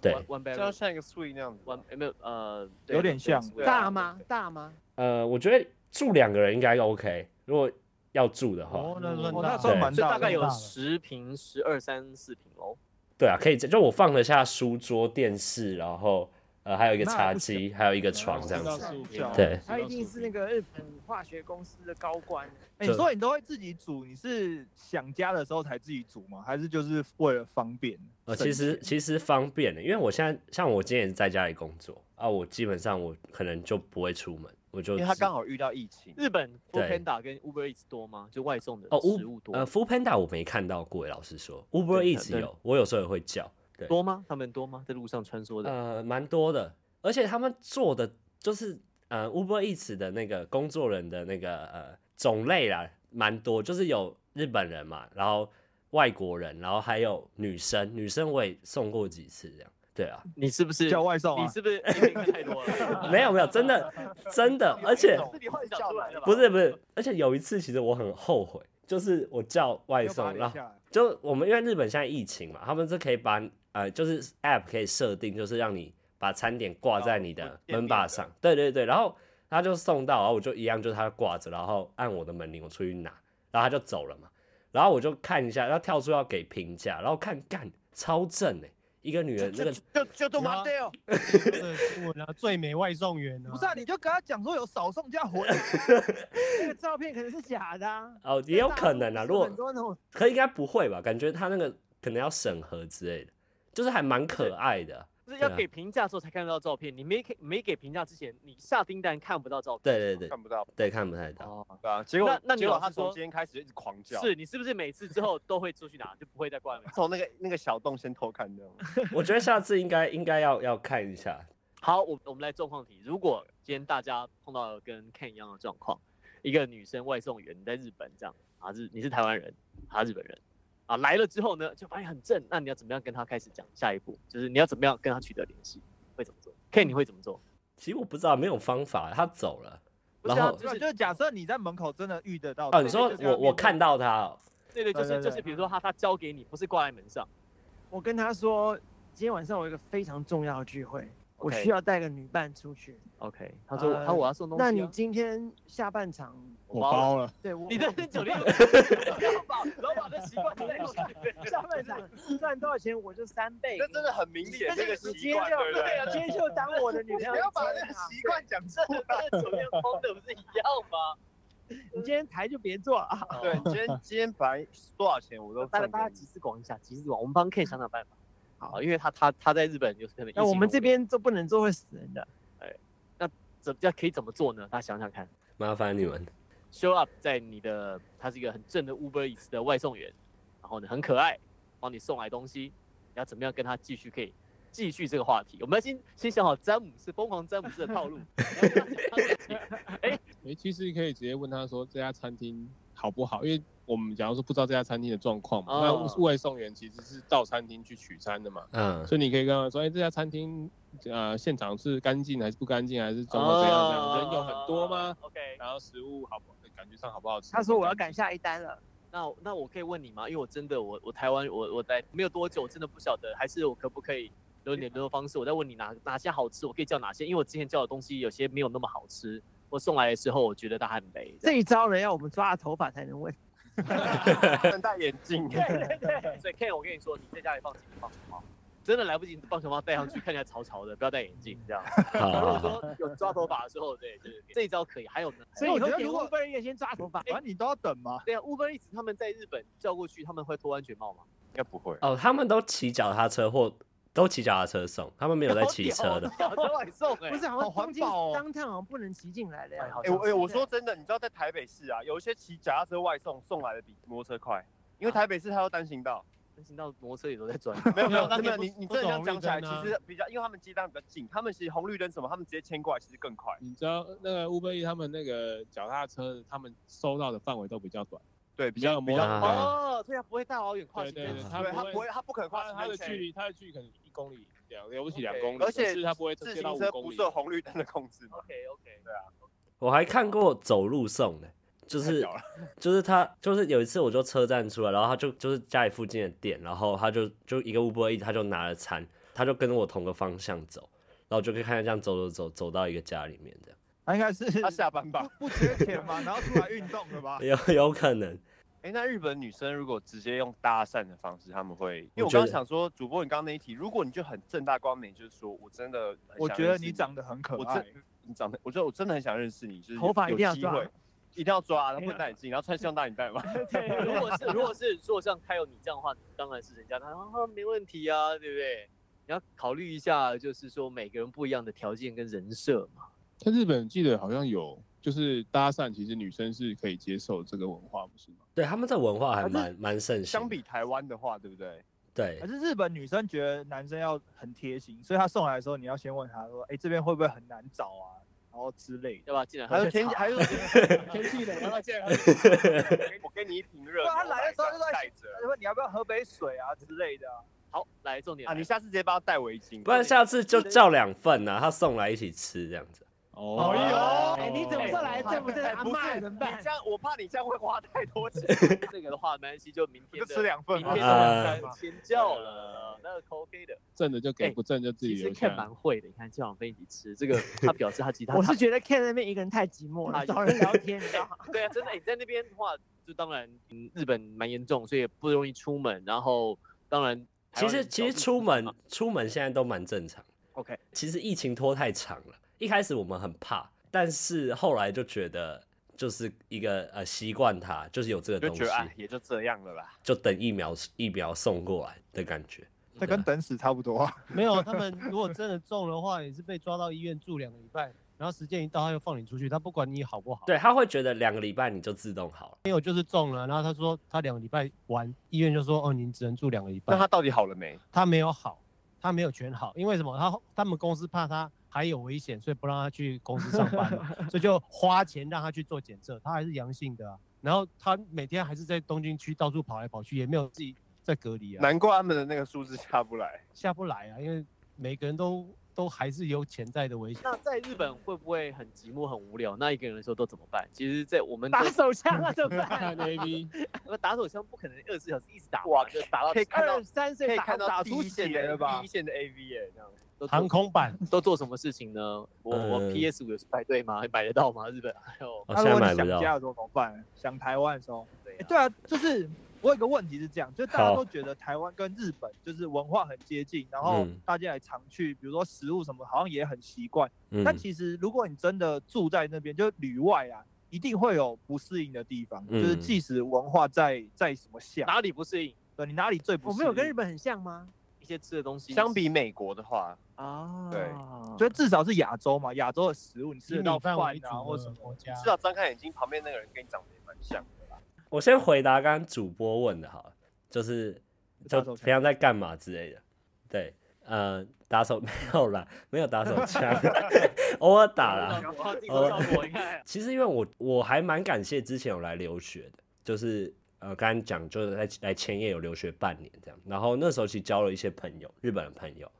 Speaker 2: 对，
Speaker 1: ？One one
Speaker 6: 这样
Speaker 1: bedroom
Speaker 6: 像一个 suite 那样子。啊
Speaker 1: one 没有呃，对
Speaker 4: 有点像
Speaker 6: 对啊
Speaker 3: 大吗？大吗？
Speaker 2: 呃，我觉得住两个人应该 OK，如果要住的话，
Speaker 5: 哦，那
Speaker 4: 哦
Speaker 5: 算
Speaker 4: 那
Speaker 5: 大
Speaker 4: 算
Speaker 5: 的
Speaker 4: 蛮
Speaker 1: 所以大概
Speaker 4: 的
Speaker 1: 有
Speaker 5: 大了
Speaker 1: 十平、十二三四平喽。
Speaker 2: 对啊，可以这，就我放得下书桌、电视，然后呃还有一个
Speaker 4: 那
Speaker 2: 茶
Speaker 4: 不哦小
Speaker 2: 几，还有一个床这样
Speaker 7: 10到
Speaker 2: 子，
Speaker 7: 15平
Speaker 4: 小
Speaker 2: 对
Speaker 3: 他一定是那个日本化学公司的高官。
Speaker 4: 哎你说你都会自己煮，你是想家的时候才自己煮吗？还是就是为了方便？
Speaker 2: 呃，
Speaker 4: 省
Speaker 2: 其实
Speaker 4: 钱
Speaker 2: 其实方便的，因为我现在像我今天也是在家里工作啊，我基本上我可能就不会出门，我就
Speaker 6: 因为他
Speaker 2: 只
Speaker 6: 刚好遇到疫情，
Speaker 1: 日本 f o o
Speaker 2: 对
Speaker 1: Panda 跟 Uber Eats 多吗？就外送的
Speaker 2: 哦
Speaker 1: 食
Speaker 2: ，U
Speaker 1: 物多
Speaker 2: 呃 f o o Panda 我没看到过，老实说，Uber
Speaker 1: 对
Speaker 2: Eats
Speaker 1: 对
Speaker 2: 有，我有时候也会叫，对，
Speaker 1: 多吗？他们多吗？在路上穿梭的
Speaker 2: 呃，蛮多的，而且他们做的就是呃，Uber Eats 的那个工作人的那个呃种类啦，蛮多，就是有日本人嘛，然后外国人，然后还有女生，女生我也送过几次这样，对啊，
Speaker 1: 你是不是？
Speaker 4: 叫外送
Speaker 1: 你
Speaker 4: 啊？
Speaker 1: 是不是一定看太多了？
Speaker 2: 没有没有，真的真的，而且
Speaker 1: 是你幻想出来的吧？
Speaker 2: 不是不是，而且有一次其实我很后悔，就是我叫外
Speaker 4: 又把它
Speaker 2: 送，然
Speaker 4: 留
Speaker 2: 后
Speaker 4: 下来。
Speaker 2: 就我们因为日本现在疫情嘛，他们是可以把呃，就是 app 可以设定，就是让你把餐点挂在你
Speaker 6: 哦
Speaker 2: 的
Speaker 6: 店
Speaker 2: 门
Speaker 6: 面
Speaker 2: 把
Speaker 6: 的
Speaker 2: 上，对对对，然后他就送到，然后我就一样，就是他挂着，然后按我的门铃，我出去拿，然后他就走了嘛，然后我就看一下，他跳出要给评价，然后看干超正哎、一个女人那个
Speaker 6: 就就都麻掉，
Speaker 5: 我拿啊最美外送员啊
Speaker 4: 不是啊，你就跟他讲说有少 送加回来，
Speaker 3: 那个照片可能是假的、啊，
Speaker 2: 哦也有可能啊，
Speaker 3: 大陆
Speaker 2: 如果
Speaker 3: 很多那种
Speaker 2: 可应该不会吧，感觉他那个可能要审核之类的，就是还蛮可爱的，
Speaker 1: 就是要
Speaker 2: 对啊
Speaker 1: 给评价的时候才看得到照片，你没给没给评价之前，你下订单看不到照片。
Speaker 2: 对对对
Speaker 6: 看不到，
Speaker 2: 对，看不太到，
Speaker 1: 哦，
Speaker 6: 对啊。结果
Speaker 1: 那那你
Speaker 6: 结果
Speaker 1: 老
Speaker 6: 他
Speaker 1: 实说
Speaker 6: 从今天开始就一直狂叫，
Speaker 1: 是你是不是每次之后都会出去拿，就不会再挂门？
Speaker 6: 从那个那个小洞先偷看这样。
Speaker 2: 我觉得下次应该应该要要看一下，
Speaker 1: 好，我我们来状况题。如果今天大家碰到了跟 Ken 一样的状况，一个女生外送员，你在日本这样啊，日你是台湾人，她日本人啊，来了之后呢，就发现很正，那你要怎么样跟她开始讲下一步？就是你要怎么样跟她取得联系，会怎么做？Ken 你会怎么做？
Speaker 2: 其实我不知道，没有方法，他走了。
Speaker 1: 不是
Speaker 2: 然
Speaker 1: 啊，
Speaker 2: 后
Speaker 1: 就是
Speaker 4: 就是假设你在门口真的遇得到他，
Speaker 2: 哦，你说
Speaker 4: 就是要
Speaker 2: 我我
Speaker 4: 面对
Speaker 2: 看到他、哦，
Speaker 1: 对对，就
Speaker 4: 对
Speaker 1: 是
Speaker 4: 对对
Speaker 1: 就是，比如说她她交给你，不是挂在
Speaker 2: 嗯
Speaker 1: 门上，
Speaker 3: 我跟他说，今天晚上我有一个非常重要的聚会我
Speaker 1: OK
Speaker 3: 需要带个女伴出去。
Speaker 1: OK，他说我
Speaker 3: 呃
Speaker 1: 他我要送东西啊、
Speaker 3: 那你今天下半场，
Speaker 7: 我包了，
Speaker 3: 对我
Speaker 1: 你这是 酒店有老板老板的习惯在哪里？
Speaker 3: 下半 场赚多少钱我就三倍。
Speaker 6: 这真的很明显，这个
Speaker 3: 你
Speaker 6: 习
Speaker 3: 今天
Speaker 6: 惯，
Speaker 3: 就啊
Speaker 6: 对不对？
Speaker 3: 今天就当我的女朋友。
Speaker 6: 不要把那个习惯讲 出来。
Speaker 1: 跟酒店疯的不是一样吗？
Speaker 3: 你今天台就别坐了啊。
Speaker 6: 对，今天今天本来多少钱我都
Speaker 1: 大
Speaker 6: 送
Speaker 1: 家
Speaker 6: 给
Speaker 1: 大家
Speaker 6: 你
Speaker 1: 集思广益一下，集思广益，我们帮 Ken 想想办法。好，因为他他他在日本有可能疫情
Speaker 3: 那
Speaker 1: 很无聊，
Speaker 3: 我们这边都不能做会死人的。
Speaker 1: 怎要可以怎么做呢？大家想想看
Speaker 2: 麻烦你们。
Speaker 1: ，show up 在你的，他是一个很正的 Uber Eats 的外送员，然后呢很可爱，帮你送来东西，你要怎么样跟他继续可以继续这个话题？我们要先先想好詹姆斯疯狂詹姆斯的套路， 然后跟他讲他的
Speaker 7: 哎、其实可以直接问他说这家餐厅好不好，因为我们假如说不知道这家餐厅的状况嘛，
Speaker 1: 哦
Speaker 7: 那外送员其实是到餐厅去取餐的嘛，
Speaker 2: 嗯，
Speaker 7: 所以你可以跟他说，哎、这家餐厅呃现场是干净还是不干净，还是装的怎样怎
Speaker 6: 哦
Speaker 7: 样，人有很多吗？
Speaker 1: ？OK，
Speaker 7: 然后食物好不感觉上好不好吃？
Speaker 3: 他说我要赶下一单了，
Speaker 1: 那我那我可以问你吗？因为我真的我我台湾我我在没有多久，我真的不晓得，还是我可不可以留你的联络方式？我再问你哪哪些好吃，我可以叫哪些？因为我之前叫的东西有些没有那么好吃，我送来的时候我觉得它很雷。
Speaker 3: 这一招人要我们抓头发才能问。
Speaker 6: 不能戴眼镜。
Speaker 1: 对，所以 Ken，我跟你说，你在家里放几个棒球帽，真的来不及你棒球帽戴上去，看起来潮潮的，不要戴眼镜这 样。
Speaker 2: 好
Speaker 1: 如
Speaker 2: 好
Speaker 1: 果
Speaker 2: 好，
Speaker 1: 说有抓头发的时候，对，就是这一招可以。还有呢，
Speaker 3: 所以以
Speaker 4: 我
Speaker 3: 后
Speaker 4: 觉得
Speaker 3: 给
Speaker 4: 如果
Speaker 3: 五分人先抓头发。
Speaker 4: 反正你都要等嘛。
Speaker 1: 对啊，Uber Eats 他们在日本叫过去，他们会脱安全帽吗？
Speaker 6: 应该不会。
Speaker 2: 哦，他们都骑脚踏车或都骑脚踏车送，他们没有在骑车的。
Speaker 1: 屌，这外送哎
Speaker 3: 不。是，好像
Speaker 4: 好环
Speaker 3: 东京
Speaker 4: 保哦
Speaker 3: 当趟好像不能骑进来的呀
Speaker 1: 哎。好
Speaker 6: 哎、我哎、我说真的，你知道在台北市啊，有一些骑脚踏车外送送来的比摩托车快，因为台北市它要单行道。
Speaker 1: 真心到摩托车也都在转。
Speaker 6: 没有没有，
Speaker 5: 那
Speaker 6: 没有
Speaker 5: 你
Speaker 6: 你你
Speaker 5: 不不
Speaker 6: 真的这样讲
Speaker 5: 懂
Speaker 6: 起来，
Speaker 5: 绿灯啊
Speaker 6: 其实比较，因为他们接单比较近，他们其实红绿灯什么，他们直接牵过来，其实更快。
Speaker 7: 你知道那个 Uber E 他们那个脚踏车，他们收到的范围都比较短，
Speaker 6: 对，比
Speaker 7: 比较
Speaker 6: 较
Speaker 7: 有
Speaker 6: 比
Speaker 7: 摩
Speaker 6: 较
Speaker 7: 托，
Speaker 2: 啊
Speaker 1: 哦，对啊，不会大老远跨
Speaker 7: 对
Speaker 1: 行
Speaker 7: 对对，
Speaker 2: 啊
Speaker 7: 他
Speaker 6: 对他
Speaker 7: 不
Speaker 6: 不会，
Speaker 7: 会，
Speaker 6: 他不可能跨
Speaker 7: 他
Speaker 6: 行
Speaker 7: 他的
Speaker 6: 人
Speaker 7: 距
Speaker 6: 线。
Speaker 7: 离他的距离可能一公里两了不起
Speaker 1: OK，
Speaker 7: 两公里，
Speaker 6: 而且
Speaker 7: 可是他不会
Speaker 6: 自
Speaker 7: 接到
Speaker 6: 行
Speaker 7: 五
Speaker 6: 车
Speaker 7: 公
Speaker 6: 不
Speaker 7: 里。
Speaker 6: 受红绿灯的控制嘛？
Speaker 1: OK OK，
Speaker 2: 我还看过走路送的，就是
Speaker 6: 太屌了
Speaker 2: 就是他就是有一次我就车站出来，然后他就就是家里附近的店，然后他就就一个 Uber E，他就拿了餐，他就跟我同个方向走，然后我就可以看他这样走走走走到一个家里面这样，
Speaker 4: 他应该是
Speaker 6: 他下班 吧？
Speaker 4: 不缺钱嘛，然后出来运动 了吧？
Speaker 2: 有有可能。
Speaker 6: 哎、那日本女生如果直接用搭讪的方式，他们会，因
Speaker 2: 我
Speaker 6: 为我
Speaker 2: 觉
Speaker 6: 刚
Speaker 2: 得
Speaker 6: 刚想说，主播你刚刚那一题，如果你就很正大光明，就是说我真的很想
Speaker 4: 我觉得
Speaker 6: 认识
Speaker 4: 你长得很可
Speaker 6: 我
Speaker 4: 爱
Speaker 6: 真，你长得，我觉得我真的很想认识你，就是
Speaker 3: 头发
Speaker 6: 有
Speaker 3: 一定要
Speaker 6: 机
Speaker 3: 抓
Speaker 6: 会一定要抓，然后不能戴眼镜，然后穿西装打领带嘛。
Speaker 1: 如果 是如果是如果像开有你这样的话，当然是人家他啊没问题啊，对不对？你要考虑一下，就是说每个人不一样的条件跟人设嘛。
Speaker 7: 在日本记得好像有，就是搭讪，其实女生是可以接受这个文化，不是吗？
Speaker 2: 对，他们这文化还
Speaker 6: 还是
Speaker 2: 蛮蛮盛行的。
Speaker 6: 相比台湾的话，对不对？
Speaker 2: 对
Speaker 4: 可，是日本女生觉得男生要很贴心，所以她送来的时候，你要先问她说：“哎、这边会不会很难找啊？”然后之类的。
Speaker 1: 对吧？进来
Speaker 6: 还有天气，还有天气冷，然后现在我给你一瓶
Speaker 4: 对
Speaker 6: 热牛
Speaker 4: 啊
Speaker 6: 奶，
Speaker 4: 他来的时候就在
Speaker 6: 带着
Speaker 4: 她就问你要不要喝杯水啊之类的啊、
Speaker 1: 好，来重点
Speaker 6: 啊，
Speaker 1: 来
Speaker 6: 你下次直接帮他带围巾，
Speaker 2: 不然下次就叫两份啊，他送来一起吃这样子。
Speaker 7: 哦
Speaker 4: 哎呦
Speaker 3: 哎，你怎么说来？这不是
Speaker 6: 哎
Speaker 3: 阿
Speaker 6: 不
Speaker 3: 嬷
Speaker 6: 是
Speaker 3: 怎么
Speaker 1: 你
Speaker 3: 办？
Speaker 1: 这样，我怕你这样会花太多 钱。这个的话，没关系，就明天呃
Speaker 4: 就吃两份
Speaker 1: 明
Speaker 4: 嘛
Speaker 1: 天
Speaker 2: 啊
Speaker 1: 的餐先叫了，那个 OK 的。
Speaker 7: 正的就给，
Speaker 1: 哎
Speaker 7: 不正就自己
Speaker 1: 其实
Speaker 7: 留
Speaker 1: Ken
Speaker 7: 下。
Speaker 1: 蛮会的，你看这两飞一起吃， 这个他表示他其他
Speaker 3: 我是觉得 Ken 那边一个人太寂寞
Speaker 1: 哎
Speaker 3: 了，找人聊 天，你知道吗？
Speaker 1: 对啊，真的、欸，你在那边的话，就当然嗯日本蛮严重，所以也不容易出门。然后当然台
Speaker 2: 其
Speaker 1: 湾人
Speaker 2: 实
Speaker 1: 比较，
Speaker 2: 其实出门出门现在都蛮正常。
Speaker 1: OK，
Speaker 2: 其实疫情拖太长了，一开始我们很怕，但是后来就觉得就是一个呃习惯它，就是有这个
Speaker 6: 就
Speaker 2: 东
Speaker 6: 觉
Speaker 2: 西
Speaker 6: 得，哎，也就这样了啦。
Speaker 2: 就等疫苗疫苗送过来的感觉。
Speaker 4: 这跟等死差不多啊。
Speaker 5: 没 有，他们如果真的中的话，也是被抓到医院住两个礼拜，然后时间一到，他又放你出去，他不管你好不好。
Speaker 2: 对，他会觉得两个礼拜你就自动好了。
Speaker 5: 朋友就是中了，然后他说他两个礼拜完，医院就说哦，你只能住两个礼
Speaker 6: 那
Speaker 5: 拜。
Speaker 6: 他到底好了没？
Speaker 5: 他没有好，他没有全好，因为什么？他他们公司怕他还有危险，所以不让他去公司上班嘛，所以就花钱让他去做检测，他还是阳性的啊、然后他每天还是在东京区到处跑来跑去，也没有自己在隔离啊，
Speaker 6: 难怪他们的那个数字下不来。
Speaker 5: 下不来啊，因为每个人都都还是有潜在的危险。
Speaker 1: 那在日本会不会很寂寞、很无聊？那一个人的时候都怎么办？其实，在我们
Speaker 3: 打
Speaker 1: 都
Speaker 3: 手枪啊，怎么办
Speaker 7: 看？A V，
Speaker 1: 呃打手枪不可能二十四小时一直打，
Speaker 6: 哇
Speaker 1: 就打到
Speaker 6: 可以看到
Speaker 3: 二三
Speaker 6: 可
Speaker 3: 岁
Speaker 6: 以
Speaker 3: 打
Speaker 6: 看到
Speaker 3: 打
Speaker 6: 第
Speaker 3: 出
Speaker 6: 一线
Speaker 3: 血
Speaker 6: 的
Speaker 3: 了吧？
Speaker 6: 第一线的 AV 耶，这样。
Speaker 1: 都做
Speaker 5: 航空版
Speaker 1: 都做什么事情呢？我我
Speaker 2: 嗯
Speaker 1: PS 五有去排队吗？买得到吗？日本还有
Speaker 2: 哦，
Speaker 4: 那
Speaker 2: 现
Speaker 4: 啊如
Speaker 2: 在
Speaker 4: 果
Speaker 2: 买
Speaker 4: 你
Speaker 2: 不
Speaker 4: 想
Speaker 2: 到。
Speaker 4: 家的时候怎么办？想台湾的时候，
Speaker 1: 对
Speaker 4: 哎
Speaker 1: 啊
Speaker 4: 对啊，就是我有一个问题是这样，就大家
Speaker 2: 好
Speaker 4: 都觉得台湾跟日本就是文化很接近，然后
Speaker 2: 嗯
Speaker 4: 大家也常去，比如说食物什么，好像也很习惯。
Speaker 2: 嗯
Speaker 4: 但其实如果你真的住在那边，就旅外啊，一定会有不适应的地方，
Speaker 2: 嗯
Speaker 4: 就是即使文化再再什么像，
Speaker 1: 哪里不适应？
Speaker 4: 对你哪里最不
Speaker 3: 我
Speaker 4: 适
Speaker 3: 们
Speaker 4: 应？
Speaker 3: 有跟日本很像吗？
Speaker 1: 一些吃的东西
Speaker 6: 相比美国的话，
Speaker 1: 啊，
Speaker 6: 对
Speaker 4: 所以至少是亚洲嘛，亚洲的食物你吃得到
Speaker 5: 以米
Speaker 4: 饭
Speaker 5: 饭为
Speaker 4: 啊，或
Speaker 5: 主
Speaker 4: 什
Speaker 5: 的
Speaker 4: 么。
Speaker 5: 国家
Speaker 6: 至，少张开眼睛，旁边那个人跟你长得也蛮像的啦。
Speaker 2: 我先回答刚刚主播问的好了，就是就
Speaker 4: 打手枪
Speaker 2: 平常在干嘛之类的。对，呃，打手没有啦，没有打手枪，偶尔打
Speaker 5: 啊
Speaker 2: 啦。
Speaker 1: 哇，这
Speaker 5: 呃
Speaker 1: 个效果你看，
Speaker 2: 其实因为我我还蛮感谢之前有来留学的，就是呃刚刚讲就是来来千叶有留学半年这样，然后那时候其实交了一些朋友，日本的朋友，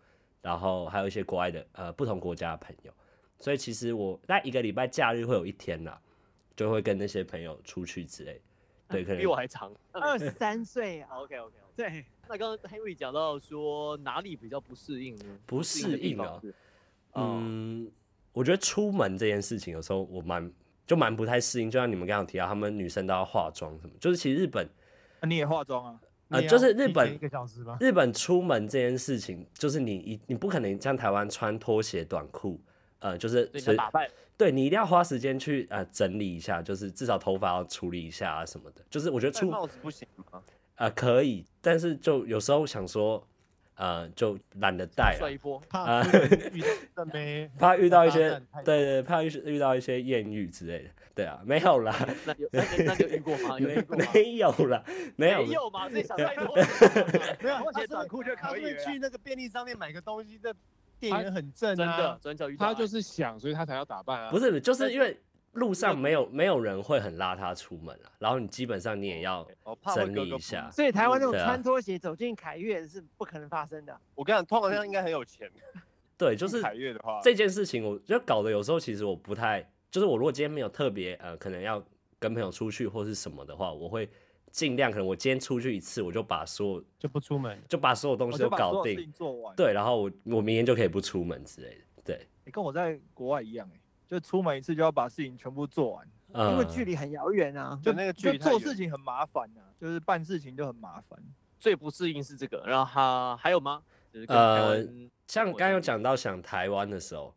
Speaker 2: 然后还有一些国外的呃不同国家的朋友，所以其实我在一个礼拜假日会有一天啦，就会跟那些朋友出去之类，对，可能
Speaker 1: 比我还长。
Speaker 3: 二十三岁啊，
Speaker 1: OK OK OK。
Speaker 3: 对，
Speaker 1: 那刚刚 Henry 讲到说哪里比较不适应呢？
Speaker 2: 不适
Speaker 1: 的地
Speaker 2: 应
Speaker 1: 方
Speaker 2: 哦
Speaker 1: 是，嗯，
Speaker 2: 嗯，我觉得出门这件事情有时候我蛮就蛮不太适应，就像你们刚刚有提到，他们女生都要化妆什么，就是其实日本
Speaker 4: 那你也化妆啊？
Speaker 2: 呃
Speaker 5: 你要
Speaker 2: 就是日
Speaker 5: 提前
Speaker 2: 本
Speaker 5: 一个小时吗？
Speaker 2: 日本出门这件事情，就是你一你不可能像台湾穿拖鞋短裤，呃，就是
Speaker 1: 所以你
Speaker 2: 随
Speaker 1: 要打扮，
Speaker 2: 对你一定要花时间去呃整理一下，就是至少头发要处理一下啊什么的。就是我觉得
Speaker 6: 戴
Speaker 2: 出
Speaker 6: 帽子不行吗？
Speaker 2: 呃可以，但是就有时候想说，呃，就懒得戴啊
Speaker 1: 帅
Speaker 2: 了，
Speaker 1: 一波。
Speaker 5: 怕出 门遇到没
Speaker 2: 怕遇到一些
Speaker 5: 搭讪太
Speaker 2: 对对，怕遇遇到一些艳遇之类的。对啊，没有啦，
Speaker 1: 那有那就那就遇过吗？啊有
Speaker 2: 没
Speaker 1: 遇过吗？
Speaker 2: 没有啦，没有
Speaker 1: 没有嘛，自己想太多。
Speaker 5: 没有，
Speaker 4: 拖
Speaker 5: 他
Speaker 4: 鞋
Speaker 5: 是
Speaker 4: 短裤就
Speaker 5: 他
Speaker 4: 可
Speaker 5: 是
Speaker 4: 以
Speaker 5: 不是
Speaker 4: 了
Speaker 5: 去那个便利商店买个东西，那店员很正
Speaker 1: 真的
Speaker 5: 啊。
Speaker 1: 转角遇到
Speaker 7: 他
Speaker 1: 爱，
Speaker 7: 就是想，所以他才要打扮啊。
Speaker 2: 不
Speaker 7: 是，
Speaker 2: 是，就是因为路上没有没有人会很邋遢出门啊，然后你基本上你也要
Speaker 6: 我怕会
Speaker 2: 整
Speaker 6: 格
Speaker 2: 理一
Speaker 6: 格不入
Speaker 2: 下。
Speaker 3: 所以台湾那种
Speaker 2: 对啊
Speaker 3: 穿拖鞋走进凯悦是不可能发生的。
Speaker 6: 我跟你讲，通常应该很有钱。
Speaker 2: 对，就是
Speaker 6: 凯越的话，
Speaker 2: 这件事情，我就搞得有时候其实我不太，就是我如果今天没有特别呃，可能要跟朋友出去或是什么的话，我会尽量可能我今天出去一次，我就把所有
Speaker 5: 就不出门，
Speaker 2: 就把所有东
Speaker 4: 我
Speaker 2: 西
Speaker 4: 哦就
Speaker 2: 都
Speaker 4: 把所
Speaker 2: 搞
Speaker 4: 有事
Speaker 2: 定
Speaker 4: 情，做完。
Speaker 2: 对，然后我我明天就可以不出门之类的，对，
Speaker 4: 你跟我在国外一样哎、就出门一次就要把事情全部做完，
Speaker 2: 嗯，
Speaker 3: 因为距离很遥远啊。
Speaker 4: 就
Speaker 6: 对那个距
Speaker 4: 就
Speaker 6: 离太
Speaker 4: 做
Speaker 6: 远
Speaker 4: 事情很麻烦呐、就是办事情就很麻烦。
Speaker 1: 最不适应是这个，然后他还有吗？就是跟台
Speaker 2: 呃
Speaker 1: 湾，
Speaker 2: 像刚刚有讲到想台湾的时候，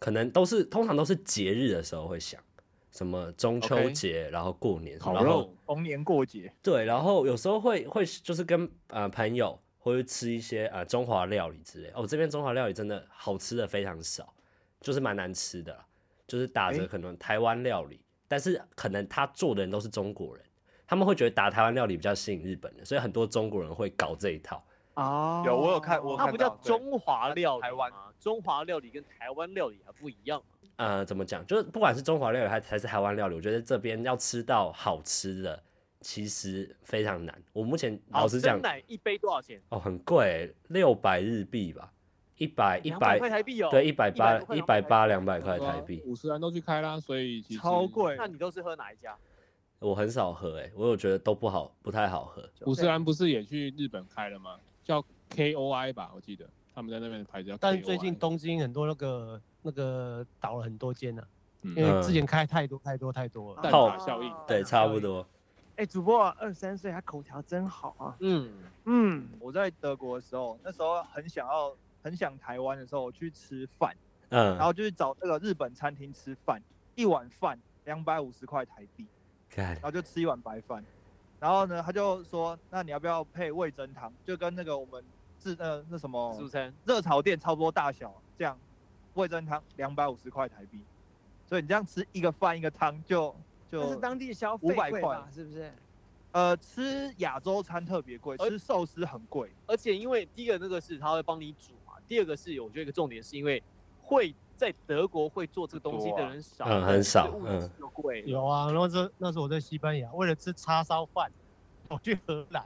Speaker 2: 可能都是通常都是节日的时候会想，什么中秋
Speaker 7: OK
Speaker 2: 节，然后过年，
Speaker 7: 烤
Speaker 2: 然后
Speaker 7: 肉
Speaker 4: 逢年过节，
Speaker 2: 对，然后有时候会会就是跟呃朋友或者吃一些呃中华料理之类。哦，这边中华料理真的好吃的非常少，就是蛮难吃的啦，就是打着
Speaker 4: 诶
Speaker 2: 可能台湾料理，但是可能他做的人都是中国人，他们会觉得打台湾料理比较吸引日本人，所以很多中国人会搞这一套。
Speaker 3: 哦
Speaker 6: 有我有看我有
Speaker 1: 它
Speaker 6: 看
Speaker 1: 不叫
Speaker 6: 到对
Speaker 1: 中华料理吗
Speaker 6: 台湾
Speaker 1: 中华料理跟台湾料理还不一样嘛。
Speaker 2: 呃，怎么讲？就是不管是中华料理还还是台湾料理，我觉得这边要吃到好吃的其实非常难。我目前老
Speaker 1: 好
Speaker 2: 实讲
Speaker 1: 真，奶一杯多少钱？
Speaker 2: 哦，很贵欸，六百日币吧，一百一
Speaker 1: 两百
Speaker 2: 百
Speaker 1: 块台币哦，
Speaker 2: 对一百八
Speaker 1: 100块
Speaker 2: 一百八两百
Speaker 1: 200
Speaker 2: 块台币，
Speaker 7: 五十元都去开啦，所以其实
Speaker 4: 超贵
Speaker 1: 那你都是喝哪一家？
Speaker 2: 我很少喝哎、欸，我有觉得都不好，不太好喝。
Speaker 7: 五十岚不是也去日本开了吗？叫 KOI 吧，我记得他们在那边的牌子叫 KOI。
Speaker 5: 但是最近东京很多那个那个倒了很多间呐、
Speaker 7: 嗯
Speaker 5: 因为之前开太多太多太多了。
Speaker 7: 蛋
Speaker 2: 泡
Speaker 7: 挞效应，
Speaker 2: 对，差不多。
Speaker 3: 哎，主播二三岁，他口条真好啊。
Speaker 1: 嗯，
Speaker 3: 嗯，
Speaker 4: 我在德国的时候，那时候很想要很想台湾的时候，我去吃饭，
Speaker 2: 嗯，
Speaker 4: 然后就是找那个日本餐厅吃饭，一碗饭两百五十块台币，
Speaker 2: 看
Speaker 4: 然，后就吃一碗白饭。然后呢，他就说：“那你要不要配味增汤？就跟那个我们自呃那什么
Speaker 1: 自助餐
Speaker 4: 热炒店差不多大小，这样味增汤两百五十块台币。所以你这样吃一个饭一个汤就
Speaker 3: 但
Speaker 4: 就是
Speaker 3: 当地消费
Speaker 4: 500
Speaker 3: 贵
Speaker 4: 块
Speaker 3: 吧？是不是？
Speaker 4: 呃吃亚洲餐特别贵，
Speaker 1: 而
Speaker 4: 吃寿司很贵。
Speaker 1: 而且因为第一个那个是他会帮你煮嘛，第二个是我觉得一个重点是因为会在德国会做这个东西的人少，
Speaker 2: 嗯很少
Speaker 1: 物质又贵，
Speaker 5: 有啊，然后这那时候我在西班牙，为了吃叉烧饭，我去荷兰，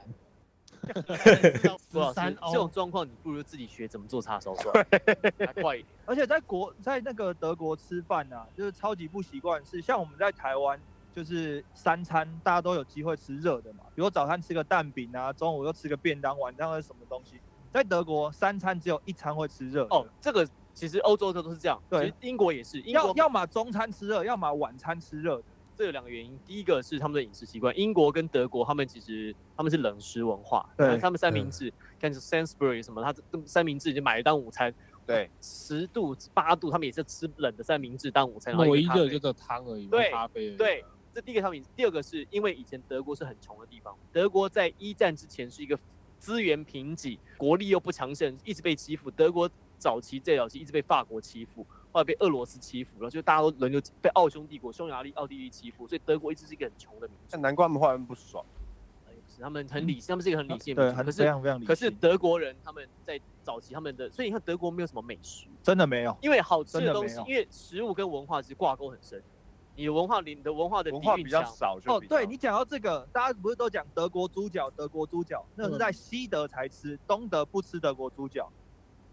Speaker 1: 郭老
Speaker 5: 十
Speaker 1: 师
Speaker 5: 三
Speaker 1: 这种
Speaker 5: 欧，
Speaker 1: 状况你不如自己学怎么做叉 烧饭，还快一点。
Speaker 4: 而且在国在那个德国吃饭啊，就是超级不习惯，是像我们在台湾，就是三餐大家都有机会吃热的嘛，比如早餐吃个蛋饼啊，中午又吃个便当，晚上又什么东西。在德国三餐只有一餐会吃热的
Speaker 1: 哦，，这个其实欧洲的都是这样，
Speaker 4: 对
Speaker 1: 其实英国也是，英
Speaker 4: 要
Speaker 1: 国
Speaker 4: 要么中餐吃热，要么晚餐吃热的。
Speaker 1: 这有两个原因，第一个是他们的饮食习惯，英国跟德国他们其实他们是冷食文化，
Speaker 4: 对
Speaker 1: 像他
Speaker 2: 嗯
Speaker 1: 们三明治，像是 Sainsbury 什么，他这三明治就买来当午餐，
Speaker 6: 对，
Speaker 1: 十度八度他们也是吃冷的三明治当午餐，然后
Speaker 7: 我
Speaker 1: 一
Speaker 7: 一
Speaker 1: 个咖
Speaker 7: 热
Speaker 1: 啡
Speaker 7: 就只有汤而已，
Speaker 1: 对
Speaker 7: 没有咖啡而已。
Speaker 1: 对，这第一个他们，第二个是因为以前德国是很穷的地方，德国在一战之前是一个资源贫瘠，国力又不强盛，一直被欺负。德国早期最早期一直被法国欺负，后来被俄罗斯欺负，然后就大家都轮流被奥匈帝国、匈牙利、奥地利欺负，所以德国一直是一个很穷的民族
Speaker 6: 那。难怪他们后来不爽。
Speaker 1: 他们很理，他们是一个很理性的
Speaker 4: 嗯对，
Speaker 1: 民族。
Speaker 4: 很
Speaker 1: 可
Speaker 4: 非
Speaker 1: 是
Speaker 4: 常非常理性。
Speaker 1: 可是德国人他们在早期他们的，所以你看德国没有什么美食，
Speaker 4: 真的没有，
Speaker 1: 因为好吃
Speaker 4: 真的
Speaker 1: 东西
Speaker 4: 没，有
Speaker 1: 因为食物跟文化是挂钩很深。你的文化，你的文化的
Speaker 6: 文
Speaker 1: 底
Speaker 6: 化
Speaker 1: 蕴
Speaker 6: 比较
Speaker 1: 强
Speaker 6: 少就
Speaker 4: 哦，
Speaker 6: 比较
Speaker 4: 对你讲到这个，大家不是都讲德国猪脚，德国猪脚，那
Speaker 3: 嗯
Speaker 4: 是在西德才吃，东德不吃德国猪脚。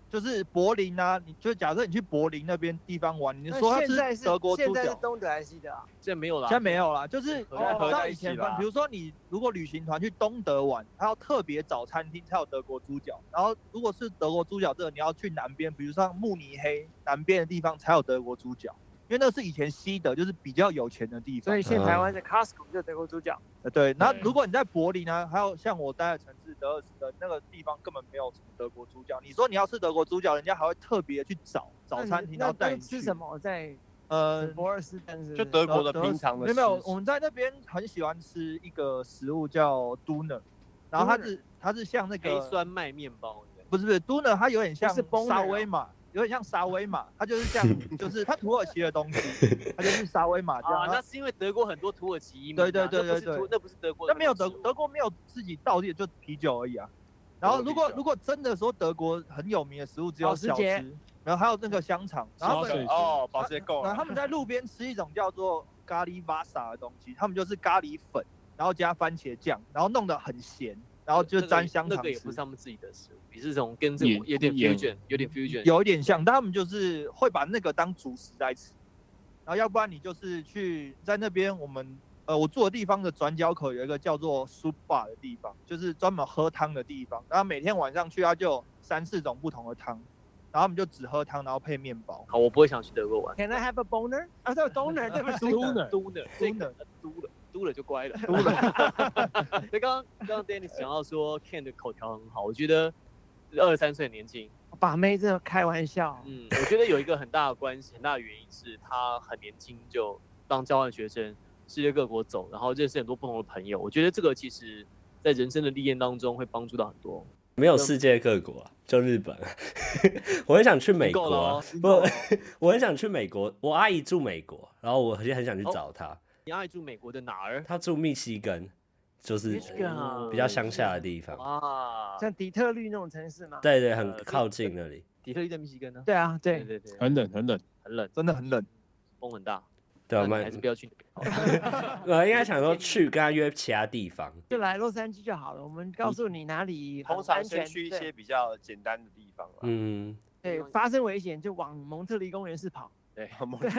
Speaker 4: 就是柏林啊，你就假设你去柏林那边地方玩，你
Speaker 3: 那
Speaker 4: 说
Speaker 3: 现
Speaker 4: 要
Speaker 3: 在
Speaker 4: 吃
Speaker 3: 是
Speaker 4: 德国
Speaker 3: 现
Speaker 4: 猪
Speaker 3: 在是
Speaker 4: 脚，
Speaker 3: 东德还是西德啊？
Speaker 1: 现在没有啦，
Speaker 4: 现在没有啦。就是
Speaker 1: 合在
Speaker 4: 哦
Speaker 6: 合在
Speaker 4: 照
Speaker 6: 一
Speaker 4: 以
Speaker 6: 起
Speaker 4: 前
Speaker 6: 啦
Speaker 4: 分，比如说你如果旅行团去东德玩，它要特别找餐厅才有德国猪脚，然后如果是德国猪脚这个，你要去南边，比如像慕尼黑南边的地方才有德国猪脚，因为那是以前西德，就是比较有钱的地方。
Speaker 3: 所以现在台湾的 Costco 就德国猪脚。
Speaker 4: 呃，对，那
Speaker 1: 对
Speaker 4: 如果你在柏林呢，还有像我待的城市德尔斯顿那个地方，根本没有什么德国猪脚。你说你要吃德国猪脚，人家还会特别去找找餐厅，然
Speaker 3: 那
Speaker 4: 后
Speaker 3: 你
Speaker 4: 带
Speaker 3: 那
Speaker 4: 你去
Speaker 3: 吃什？么？在
Speaker 4: 呃，
Speaker 3: 博尔斯登是不是
Speaker 6: 就德国的
Speaker 4: 德尔
Speaker 6: 平常的
Speaker 4: 没有没有
Speaker 6: 吃，
Speaker 4: 我们在那边很喜欢吃一个食物叫 Doner，然后它是它是像那
Speaker 1: 黑
Speaker 4: 个
Speaker 1: 酸麦面包，对
Speaker 4: 不是不是 Doner，它有点像
Speaker 3: 是 Boner 啊
Speaker 4: 沙威玛，有点像沙威玛，它就是 像就是它土耳其的东西，它就是沙威玛这样
Speaker 1: 啊，。那是因为德国很多土耳其移民啊、
Speaker 4: 对对对
Speaker 1: 那不是
Speaker 4: 对对
Speaker 1: 土那不是德国的哦
Speaker 4: 那
Speaker 1: 食物，
Speaker 4: 没有德德国没有自己道地的，就啤酒而已啊。然后如
Speaker 6: 德国
Speaker 4: 果
Speaker 6: 啤酒
Speaker 4: 如果真的说德国很有名的食物只有
Speaker 3: 保时
Speaker 4: 小吃
Speaker 3: 捷，
Speaker 4: 然后还有那个香肠，然后他
Speaker 7: 保
Speaker 4: 们
Speaker 7: 时捷
Speaker 6: 哦，保时捷够
Speaker 4: 然后
Speaker 6: 了
Speaker 4: 他。们在路边吃一种叫做咖喱瓦萨的东西，他们就是咖喱粉，然后加番茄酱，然后弄得很咸，然后就
Speaker 1: 那个
Speaker 4: 沾香
Speaker 1: 那
Speaker 4: 肠
Speaker 1: 个也
Speaker 4: 吃
Speaker 1: 不，是他们自己的食物，也是这种跟这种
Speaker 7: 也
Speaker 1: 有点
Speaker 7: 也
Speaker 1: fusion，有点 fusion，
Speaker 4: 有一点像，但他们就是会把那个当主食来吃。然后要不然你就是去在那边我们。呃，我住的地方的转角口有一个叫做 soup bar 的地方，就是专门喝汤的地方。然后每天晚上去，它就有三四种不同的汤，然后我们就只喝汤，然后配面 包。
Speaker 1: 好，我不会想去德国 玩。
Speaker 3: Can I have a boner？啊，对，boner，对不 起。
Speaker 7: Doner
Speaker 1: 嘟呢，这个嘟了，嘟了就乖了， 嘟了。所以刚刚刚刚 Dennis 讲到说 Ken 的口条很好，我觉得二十三岁很年轻，
Speaker 3: 把妹真的开玩笑，
Speaker 1: 嗯，我觉得有一个很大的关系，很大的原因是他很年轻就当交换学生，世界各国走，然后认识很多不同的朋友。我觉得这个其实在人生的历练当中会帮助到很多。
Speaker 2: 没有世界各国、啊，就日本、 我很想去美国、
Speaker 1: 哦
Speaker 2: 啊，不，我很想去美国。我阿姨住美国，然后我很很想去找她。
Speaker 1: 你爱住美国的哪儿？
Speaker 2: 她住密西根，就是
Speaker 3: 密西根啊
Speaker 2: 比较乡下的地
Speaker 1: 哦
Speaker 2: 方。
Speaker 1: 哇，
Speaker 3: 像底特律那种城市嘛。
Speaker 2: 对对，很靠近那里。
Speaker 1: 底特律在密西根呢？
Speaker 3: 对啊，对。
Speaker 1: 对
Speaker 6: 哎
Speaker 1: 对，
Speaker 7: 很冷很冷，
Speaker 1: 很冷，
Speaker 4: 真的很冷。
Speaker 1: 风很大，
Speaker 2: 对啊，
Speaker 1: 那
Speaker 2: 蛮
Speaker 1: 你还是不要去那边好了。
Speaker 2: 我应该想说去跟她约其他地方。
Speaker 3: 就来洛杉矶就好了。我们告诉你哪里很
Speaker 6: 嗯通常
Speaker 3: 安
Speaker 6: 先
Speaker 3: 全
Speaker 6: 去一
Speaker 3: 对
Speaker 6: 些比较简单的地方啦。
Speaker 2: 嗯，
Speaker 3: 对，发生危险就往蒙特利公园市跑，
Speaker 1: 对，
Speaker 6: 蒙特利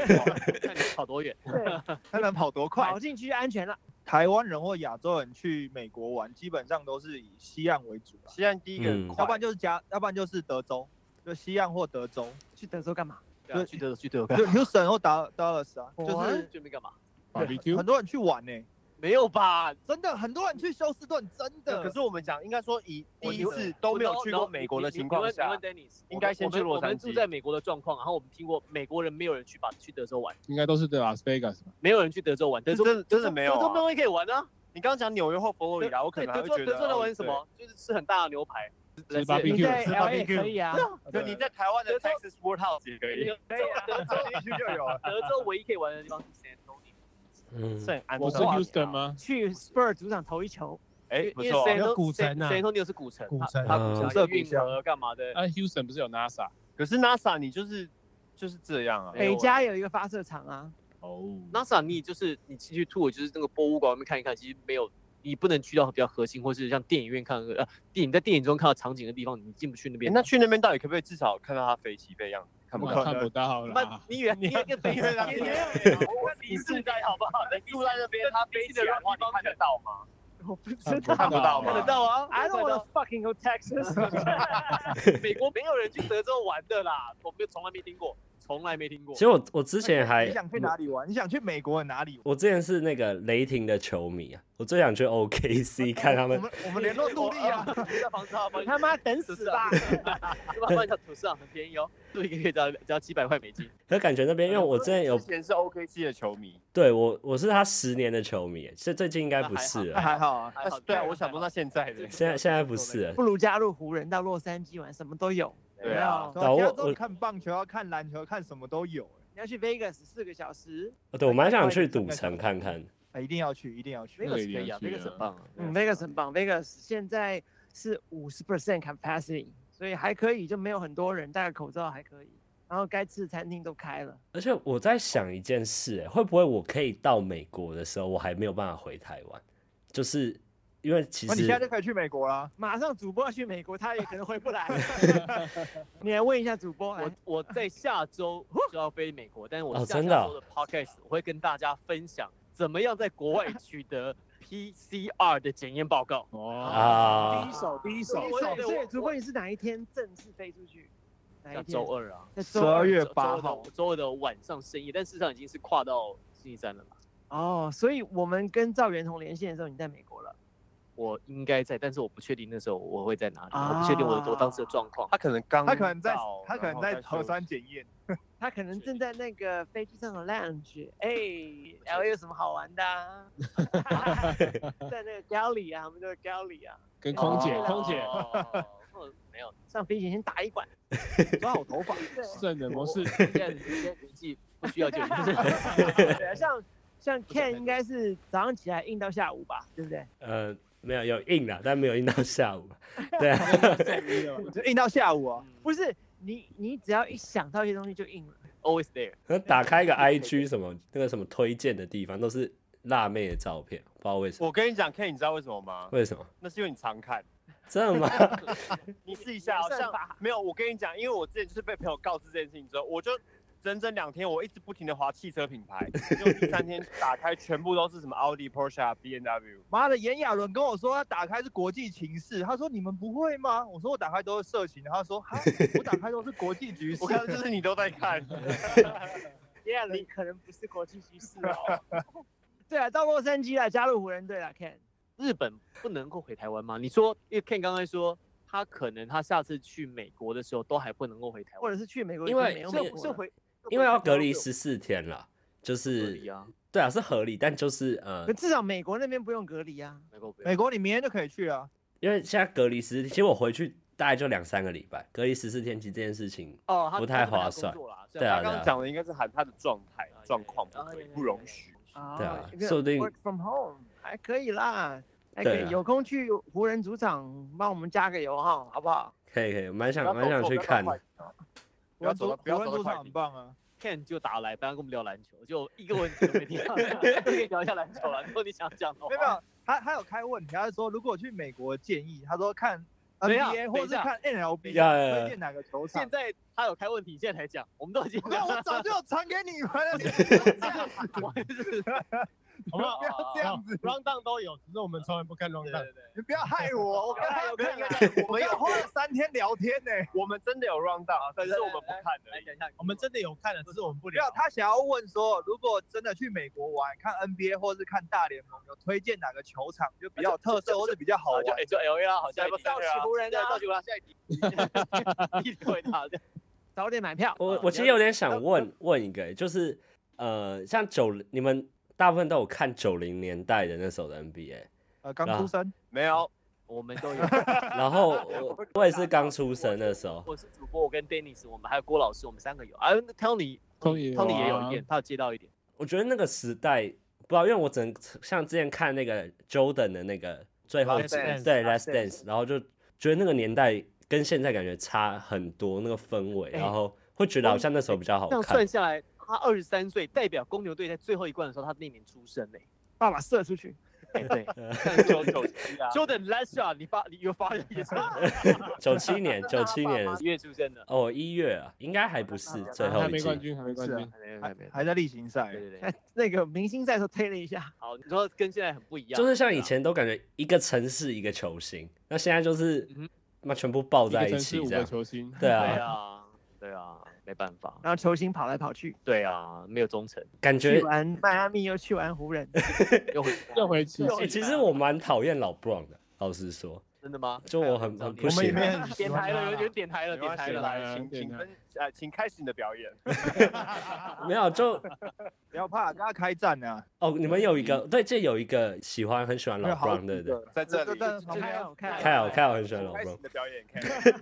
Speaker 1: 看你跑多远。
Speaker 3: 对，
Speaker 4: 他能跑多快
Speaker 3: 跑？进去安全了。
Speaker 4: 台湾人或亚洲人去美国玩，基本上都是以西岸为主啦，
Speaker 6: 西岸第一个
Speaker 2: 嗯
Speaker 6: 很快
Speaker 4: 要不然就是加，要不然就是德州，就西岸或德 州，
Speaker 3: 去德州干嘛？
Speaker 1: 对啊
Speaker 4: 对
Speaker 1: 去德去德国，
Speaker 4: 就 Houston 或达 Dallas 啊，就
Speaker 3: 哇
Speaker 4: 是
Speaker 1: 准备干嘛？
Speaker 7: barbecue
Speaker 4: 很多人去玩呢、
Speaker 1: 没有吧？
Speaker 4: 真的很多人去休斯顿，真
Speaker 6: 对
Speaker 4: 的。
Speaker 6: 可是我们讲，应该说以第
Speaker 1: 我
Speaker 6: 一
Speaker 1: 你问
Speaker 6: 次都没有
Speaker 1: 我
Speaker 6: 去
Speaker 1: 然后
Speaker 6: 过美国的
Speaker 1: 你你
Speaker 6: 情况
Speaker 1: 你
Speaker 6: 下
Speaker 1: 问，你问 Dennis，
Speaker 6: 应该先去洛
Speaker 1: 我们我
Speaker 6: 杉
Speaker 1: 们
Speaker 6: 矶
Speaker 1: 住在美国的状况，然后我们听过美国人没有人去把去德州玩，
Speaker 7: 应该都是对 Las Vegas 吧？
Speaker 1: 没有人去德州玩，德
Speaker 6: 是
Speaker 1: 州
Speaker 6: 真的真的没有
Speaker 1: 德州没
Speaker 6: 啊。
Speaker 1: 有人可以玩啊。
Speaker 6: 你刚刚讲纽约或佛罗里达，我可
Speaker 1: 对
Speaker 6: 能还
Speaker 1: 德
Speaker 6: 会
Speaker 1: 州
Speaker 6: 觉
Speaker 1: 德
Speaker 6: 得
Speaker 1: 州在
Speaker 6: 哦
Speaker 1: 玩什么？就是吃很大的牛排，
Speaker 7: 吃
Speaker 3: 你
Speaker 7: barbecue
Speaker 3: 在 L A 可以啊，
Speaker 6: 对，就你在台湾的
Speaker 1: 德州
Speaker 6: Texas Woodhouse 也可以，
Speaker 1: 德州德州
Speaker 6: 一去就有啊了。
Speaker 1: 德州唯一可以玩的地方是 San Antonio，
Speaker 2: 嗯
Speaker 6: 是，很安
Speaker 7: 我是
Speaker 6: 全的
Speaker 7: Houston 吗？
Speaker 3: 去 Spur 主场投一球，
Speaker 6: 啊哎，
Speaker 1: 因
Speaker 6: 不
Speaker 1: 为
Speaker 6: 错，
Speaker 1: San
Speaker 5: 有
Speaker 1: Antonio-
Speaker 5: 古城啊
Speaker 1: San Antonio 是古城，
Speaker 5: 古
Speaker 1: 它
Speaker 5: 城
Speaker 1: 它古
Speaker 2: 嗯
Speaker 1: 城
Speaker 4: 色
Speaker 1: 有
Speaker 4: 古
Speaker 1: 运
Speaker 4: 香
Speaker 1: 河干嘛的？
Speaker 7: 啊，Houston 不是有 NASA？
Speaker 6: 可是 NASA 你就是就是这样啊，
Speaker 1: 没有
Speaker 3: 北加有一个发射场 啊，
Speaker 7: 哦，
Speaker 1: NASA 你就是你进去 tour 就是那个博物馆外面看一看，其实没有你不能去到比较核心，或是像电影院看呃电影在电影中看到场景的地方，你进不去那
Speaker 6: 哎
Speaker 1: 边。
Speaker 6: 那去那边到底可不可以至少看到它飞起飞样子？看不
Speaker 7: 我
Speaker 6: 到
Speaker 7: 看不到
Speaker 1: 那
Speaker 7: 啦。
Speaker 1: 你远你那个北
Speaker 6: 因为它
Speaker 1: 你
Speaker 3: 啊
Speaker 1: 你
Speaker 6: 啊
Speaker 1: 我你是在好不 好？你住在那边，他飞机的话你看得到吗？
Speaker 3: 我不知
Speaker 7: 看不
Speaker 3: 道。
Speaker 6: 看不到
Speaker 1: 看得
Speaker 6: 吗？
Speaker 1: 到啊
Speaker 3: I don't
Speaker 1: 看得
Speaker 3: wanna
Speaker 1: 到
Speaker 3: fucking go Texas。
Speaker 1: 美国没有人去德州玩的啦， 我们从来没听过，从来没听过
Speaker 2: 其。实我我之前还
Speaker 4: 你想去哪里玩？你想去美国的哪里玩？
Speaker 2: 我之前是那个雷霆的球迷啊，我最想去 OKC 看他
Speaker 4: 哦我
Speaker 2: 们。
Speaker 4: 们我们联络努力 啊！
Speaker 1: 哦在房子好吗？
Speaker 3: 他妈等死
Speaker 1: 啊
Speaker 3: 吧！
Speaker 1: 他妈叫土市场很便宜哦，住一个月只要只要几百块美金。
Speaker 2: 可感觉那
Speaker 4: 哦
Speaker 2: 边，因为我之前有
Speaker 6: 之前是 OKC 的球迷，
Speaker 2: 对我我是他十年的球迷，这最近应该不是
Speaker 4: 那
Speaker 2: 了。
Speaker 4: 还好啊，
Speaker 1: 还好
Speaker 6: 对啊，我想说他现在
Speaker 1: 啊
Speaker 6: 的，
Speaker 2: 现在现在不是了，
Speaker 3: 不如加入湖人到洛杉矶玩，什么都有。
Speaker 6: 对啊，
Speaker 4: 对啊
Speaker 2: 我
Speaker 4: 加州
Speaker 2: 我
Speaker 4: 看棒球、要看篮球、看什么都有、
Speaker 3: 你要去 Vegas 四个小时，
Speaker 2: 哦对我蛮想去赌城看看。
Speaker 4: 哎，一定要去，一定要去。
Speaker 1: 那
Speaker 7: 个
Speaker 1: 个
Speaker 7: 也
Speaker 1: 是可以啊，那
Speaker 7: 有趣
Speaker 1: 个
Speaker 7: 啊
Speaker 1: 是很棒啊。
Speaker 3: 嗯，Vegas 很棒，Vegas 现在是五十 percent capacity，所以还可以，就没有很多人，戴个口罩还可以。然后该吃的餐厅都开了，
Speaker 2: 而且我在想一件事、欸，会不会我可以到美国的时候，我还没有办法回台湾？就是因为其
Speaker 4: 那哦你现在就
Speaker 2: 实
Speaker 4: 可以去美国啦。
Speaker 3: 马上主播要去美国，他也可能回不来。你来问一下主播，来
Speaker 1: 我我在下周就要飞美国，但是我
Speaker 2: 哦
Speaker 1: 下
Speaker 2: 真的
Speaker 1: 下
Speaker 2: 哦
Speaker 1: 周的 podcast 我会跟大家分享怎么样在国外取得 PCR 的检验报告。
Speaker 7: 哦，
Speaker 2: 啊
Speaker 3: 第一，手，第一手
Speaker 1: 我
Speaker 3: 所以
Speaker 1: 我
Speaker 3: 所以
Speaker 1: 我
Speaker 3: 主播你是哪一天正式飞出去？哪
Speaker 1: 像
Speaker 3: 一
Speaker 1: 周
Speaker 3: 天？
Speaker 1: 二啊，
Speaker 3: 在
Speaker 4: 十
Speaker 3: 周
Speaker 4: 二
Speaker 3: 二
Speaker 4: 月
Speaker 1: 周
Speaker 4: 八号
Speaker 1: 周，周二的晚上深夜，但事实上已经是跨到星期三了吧？
Speaker 3: 哦，所以我们跟赵元同连线的时候，你在美国了。
Speaker 1: 我应该在，但是我不确定那时候我会在哪里，我不确定我的我当时的状况。
Speaker 6: 他可能刚到，
Speaker 4: 他可能在，他可能在
Speaker 6: 然后
Speaker 4: 核酸检验。
Speaker 3: 他可能
Speaker 1: 是
Speaker 3: 正在那个飞机上的 lounge，哎、l A 有什么好玩的、啊？在那个 galley 啊，我们叫 galley 啊，
Speaker 7: 跟空姐，
Speaker 3: 哦
Speaker 7: 空姐，
Speaker 1: 哦，没有，
Speaker 3: 上飞机前打一管，
Speaker 4: 抓好头发，
Speaker 7: 圣人模 式，
Speaker 1: 现在现在年纪不需要检验。
Speaker 3: 对啊，像像 Ken
Speaker 1: 太
Speaker 3: 应该是早上起来硬到下午吧，对不对？
Speaker 2: 呃，没有有硬了，但没有硬到下 午。对啊，
Speaker 4: 就硬到下午啊。
Speaker 1: 嗯
Speaker 3: 不是，你你只要一想到一些东西就硬了。
Speaker 1: always there。
Speaker 2: 那打开一个 IG 什么那个什么推荐的地方都是辣妹的照片，不知道为什么。
Speaker 6: 我跟你讲，K，你知道为什么吗？
Speaker 2: 为什么？
Speaker 6: 那是因为你常看，
Speaker 2: 真 的吗？
Speaker 6: 你试一下哦，
Speaker 3: 没
Speaker 6: 好
Speaker 3: 办
Speaker 6: 像
Speaker 3: 法
Speaker 6: 没有。我跟你讲，因为我之前就是被朋友告知这件事情之后，我就整整两天，我一直不停的划汽车品牌，就第三天打开全部都是什么奥迪、Porsche、B N W。
Speaker 4: 妈的，炎亚纶跟我说他打开是国际情势，他说你们不会吗？我说我打开都是色情，他说哈，我打开都是国际局势
Speaker 6: 我。看就是你都在看，
Speaker 3: 耶、yeah,，你可能不是国际局势哦。对啊，到洛杉矶了，加入湖人队了，Ken。
Speaker 1: 日本不能够回台湾吗？你说，因为 Ken 刚才说他可能他下次去美国的时候都还不能够回台
Speaker 3: 或
Speaker 1: 湾，
Speaker 3: 者是去美国，
Speaker 2: 因为
Speaker 3: 没有
Speaker 2: 是
Speaker 3: 美国
Speaker 1: 是
Speaker 3: 了
Speaker 1: 回
Speaker 2: 因为要隔离十四天啦，就
Speaker 1: 隔
Speaker 2: 是
Speaker 1: 离啊，
Speaker 2: 对啊，是合理，但就是呃
Speaker 3: 可，至少美国那边不用隔离啊。
Speaker 1: 能够回
Speaker 4: 美国你明天就可以去了。
Speaker 2: 因为现在隔离十四天，其实我回去大概就两三个礼拜，隔离十四天，其实这件事情
Speaker 1: 哦，他
Speaker 2: 不太
Speaker 1: 他们俩
Speaker 2: 划
Speaker 1: 工
Speaker 2: 算
Speaker 1: 作啦。
Speaker 2: 对啊
Speaker 6: 他刚刚讲的应该是喊他的状态
Speaker 1: 啊
Speaker 6: 状况不
Speaker 1: 啊
Speaker 6: 可以
Speaker 1: 对对
Speaker 6: 不容许。
Speaker 3: 啊
Speaker 2: 对啊
Speaker 3: 一个
Speaker 2: 说不定
Speaker 3: work from home 还可以啦，还可
Speaker 2: 对
Speaker 3: 以
Speaker 2: 啊
Speaker 3: 有空去湖人主场帮我们加个油哈，好不好？
Speaker 2: 可以可以，蛮
Speaker 6: 不要
Speaker 2: 想蛮
Speaker 6: 走
Speaker 2: 想
Speaker 6: 错
Speaker 2: 去
Speaker 6: 不要
Speaker 2: 看
Speaker 6: 走
Speaker 2: 的。
Speaker 6: 快不要走到不要
Speaker 4: 台湾
Speaker 6: 走到
Speaker 4: 主
Speaker 6: 快
Speaker 4: 场很棒啊。
Speaker 1: Ken 就打来，本来跟我们聊篮球，就一个问题都没提到，可以聊一下篮球了。如果你想讲的话，
Speaker 4: 没有没有，他他有开问题，他是说如果去美国建议，他说看
Speaker 1: 等一下
Speaker 4: NBA 或者
Speaker 1: 等一
Speaker 4: 是
Speaker 1: 下
Speaker 4: 看 NLB
Speaker 2: 呀呀呀
Speaker 4: 推荐哪个球场
Speaker 1: 现。在他有开问题，现在才讲，我们都已经
Speaker 4: 我看我早就传给你们了，你
Speaker 1: 我就是
Speaker 5: 好不好？
Speaker 4: 不要这样子，
Speaker 5: round down 都有，只是我们从来不看 round
Speaker 1: 对
Speaker 5: down。
Speaker 1: 对对，
Speaker 4: 你不要害 我。我刚才有看，我们又花了三天聊天呢。
Speaker 6: 我们真的有 round down，但是我们不看的。
Speaker 1: 来讲一下，
Speaker 5: 我们真的有看的，只是我们不
Speaker 4: 没有
Speaker 5: 聊，。
Speaker 4: 他想要问说，如果真的去美国玩，看 NBA 或是看大联盟，有推荐哪个球场就比较有特色或者比较好
Speaker 1: 好
Speaker 5: 啊
Speaker 4: 玩
Speaker 1: 就？哎就 L A 啦，好像
Speaker 6: 下一题
Speaker 1: 到
Speaker 6: 对
Speaker 1: 奇
Speaker 6: 啊
Speaker 1: 湖人啊，到奇湖人啊，下一题，一题回答这样
Speaker 3: 早点买票。
Speaker 2: 我
Speaker 1: 啊
Speaker 2: 我
Speaker 1: 你
Speaker 2: 其实
Speaker 1: 要
Speaker 2: 有点想问问一个，就是呃，像九你们大部分都有看九零年代的那时候的 NBA，
Speaker 4: 呃，刚出生，
Speaker 6: 没有，
Speaker 1: 我们都有。
Speaker 2: 然后我我也是刚出生的时候，
Speaker 1: 我是主播，我跟 Dennis，我们还有郭老师，我们三个有。啊，Tony
Speaker 7: Tony 有啊
Speaker 1: Tony 也有一点，他有接到一点。
Speaker 2: 我觉得那个时代不知道，因为我整像之前看那个 Jordan 的那个最后
Speaker 4: Last Dance
Speaker 2: 对
Speaker 4: Last
Speaker 2: Last Dance，然后就觉得那个年代跟现在感觉差很多，那个氛围，
Speaker 1: 哎
Speaker 2: 然后会觉得好像那时候比较好
Speaker 1: 这样
Speaker 2: 看
Speaker 1: 算。下来，他二十三岁，代表公牛队在最后一关的时候，他那年出生呢。
Speaker 3: 爸爸射出去，
Speaker 1: 哎，对
Speaker 6: 九九七啊，
Speaker 1: ，Jordan last shot，你发你有发现也是
Speaker 2: 九七年，九七 年的时候
Speaker 1: 一月出生的。
Speaker 2: 哦，一月啊，应该还不是最后
Speaker 7: 还
Speaker 2: 一
Speaker 7: 没冠
Speaker 2: 季。
Speaker 7: 军，还没冠
Speaker 4: 是啊
Speaker 7: 军。
Speaker 1: 没有没
Speaker 4: 还
Speaker 1: 有没有
Speaker 4: 还在例行赛
Speaker 1: 对。对对，
Speaker 3: 哎，那个明星赛的时候推了一下，
Speaker 1: 好，你说跟现在很不一样，
Speaker 2: 就是像以
Speaker 1: 对啊
Speaker 2: 前都感觉一个城市一个球星，那现在就是
Speaker 1: 嗯哼
Speaker 2: 那全部抱
Speaker 7: 一
Speaker 2: 在
Speaker 7: 个
Speaker 2: 一
Speaker 7: 城
Speaker 2: 起
Speaker 7: 市五
Speaker 2: 这
Speaker 7: 个
Speaker 2: 样。
Speaker 7: 球星，
Speaker 1: 对
Speaker 2: 对啊，
Speaker 1: 啊，对啊，没办法，
Speaker 3: 然后球星跑来跑去，
Speaker 1: 对啊，没有忠诚，
Speaker 2: 感
Speaker 3: 去
Speaker 2: 觉
Speaker 3: 完迈阿密又去完湖人，
Speaker 1: 又回
Speaker 7: 又回奇
Speaker 1: 又
Speaker 2: 欸
Speaker 1: 回
Speaker 2: 其实我蛮讨厌老 Brown 的，老实说，
Speaker 1: 真的吗？
Speaker 2: 就我很很不
Speaker 4: 我们
Speaker 2: 喜
Speaker 4: 也没
Speaker 2: 欢。
Speaker 4: 很喜
Speaker 1: 点台
Speaker 4: 欢
Speaker 1: 了，有
Speaker 4: 他
Speaker 1: 有点点台了，
Speaker 6: 没
Speaker 1: 点
Speaker 6: 关
Speaker 1: 台
Speaker 6: 系
Speaker 1: 了，来
Speaker 6: 来，请
Speaker 7: 点
Speaker 6: 请
Speaker 7: 开
Speaker 6: 分呃，请开始你的表演。
Speaker 2: 没 有就
Speaker 4: 不要怕，大家开战啊呢。
Speaker 2: 哦，你们有一
Speaker 1: 嗯
Speaker 2: 个对，这有一个喜欢很喜欢
Speaker 4: 没
Speaker 2: 老
Speaker 4: 有好
Speaker 2: Brown
Speaker 4: 几
Speaker 2: 对对
Speaker 4: 个，
Speaker 6: 在这
Speaker 4: 这
Speaker 6: 里，
Speaker 4: 这
Speaker 6: 这
Speaker 3: 看好看，
Speaker 2: 凯尔凯尔很喜欢老
Speaker 6: 开始
Speaker 2: Brown
Speaker 6: 你。的表演，凯尔。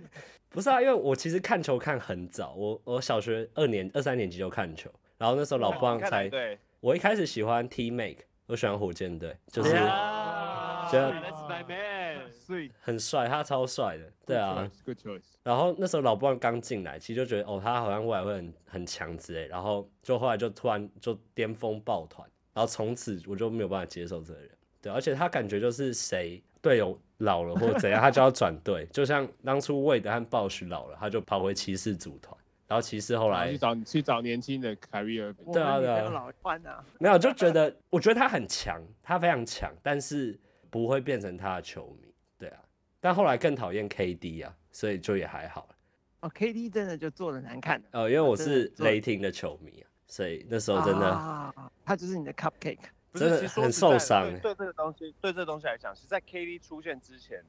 Speaker 2: 不是啊，因为我其实看球看很早，我我小学二年二三年级就看球，然后那时候老 Brown 才，
Speaker 6: 对，
Speaker 2: 我一开始喜欢 T Make，我喜欢火箭队，就是
Speaker 1: 啊，Yeah，
Speaker 2: 就
Speaker 1: That's my man。
Speaker 4: 所以
Speaker 2: 很帅，他超帅的，对啊。
Speaker 7: ，Good choice。
Speaker 2: 然后那时候老布朗刚进来，其实就觉得哦，他好像未来会很很强之类，然后就后来就突然就巅峰抱团，然后从此我就没有办法接受这个人，对，而且他感觉就是谁队友老了或怎样，他就要转队，就像当初魏德和鲍许老了，他就跑回骑士组团，然后骑士后
Speaker 7: 然后
Speaker 2: 来
Speaker 7: 去找去找年轻的凯瑞尔，
Speaker 3: 我
Speaker 2: 对啊
Speaker 3: 们女
Speaker 2: 对啊
Speaker 3: 朋友老换啊，
Speaker 2: 没有就觉得，我觉得他很强，他非常强，但是不会变成他的球迷，对啊，但后来更讨厌 KD 啊，所以就也还好。
Speaker 3: 哦，KD 真的就做的难看，
Speaker 2: 呃，因为我
Speaker 3: 真的
Speaker 2: 是
Speaker 3: 做
Speaker 2: 雷霆的球迷啊，所以那时候真的、
Speaker 3: 啊，他就是你的 cupcake，
Speaker 6: 不是
Speaker 2: 真的
Speaker 6: 其实说
Speaker 2: 很
Speaker 6: 实在的
Speaker 2: 受伤欸
Speaker 6: 对对这个东西，对这个东西来讲，是在 KD 出现之前，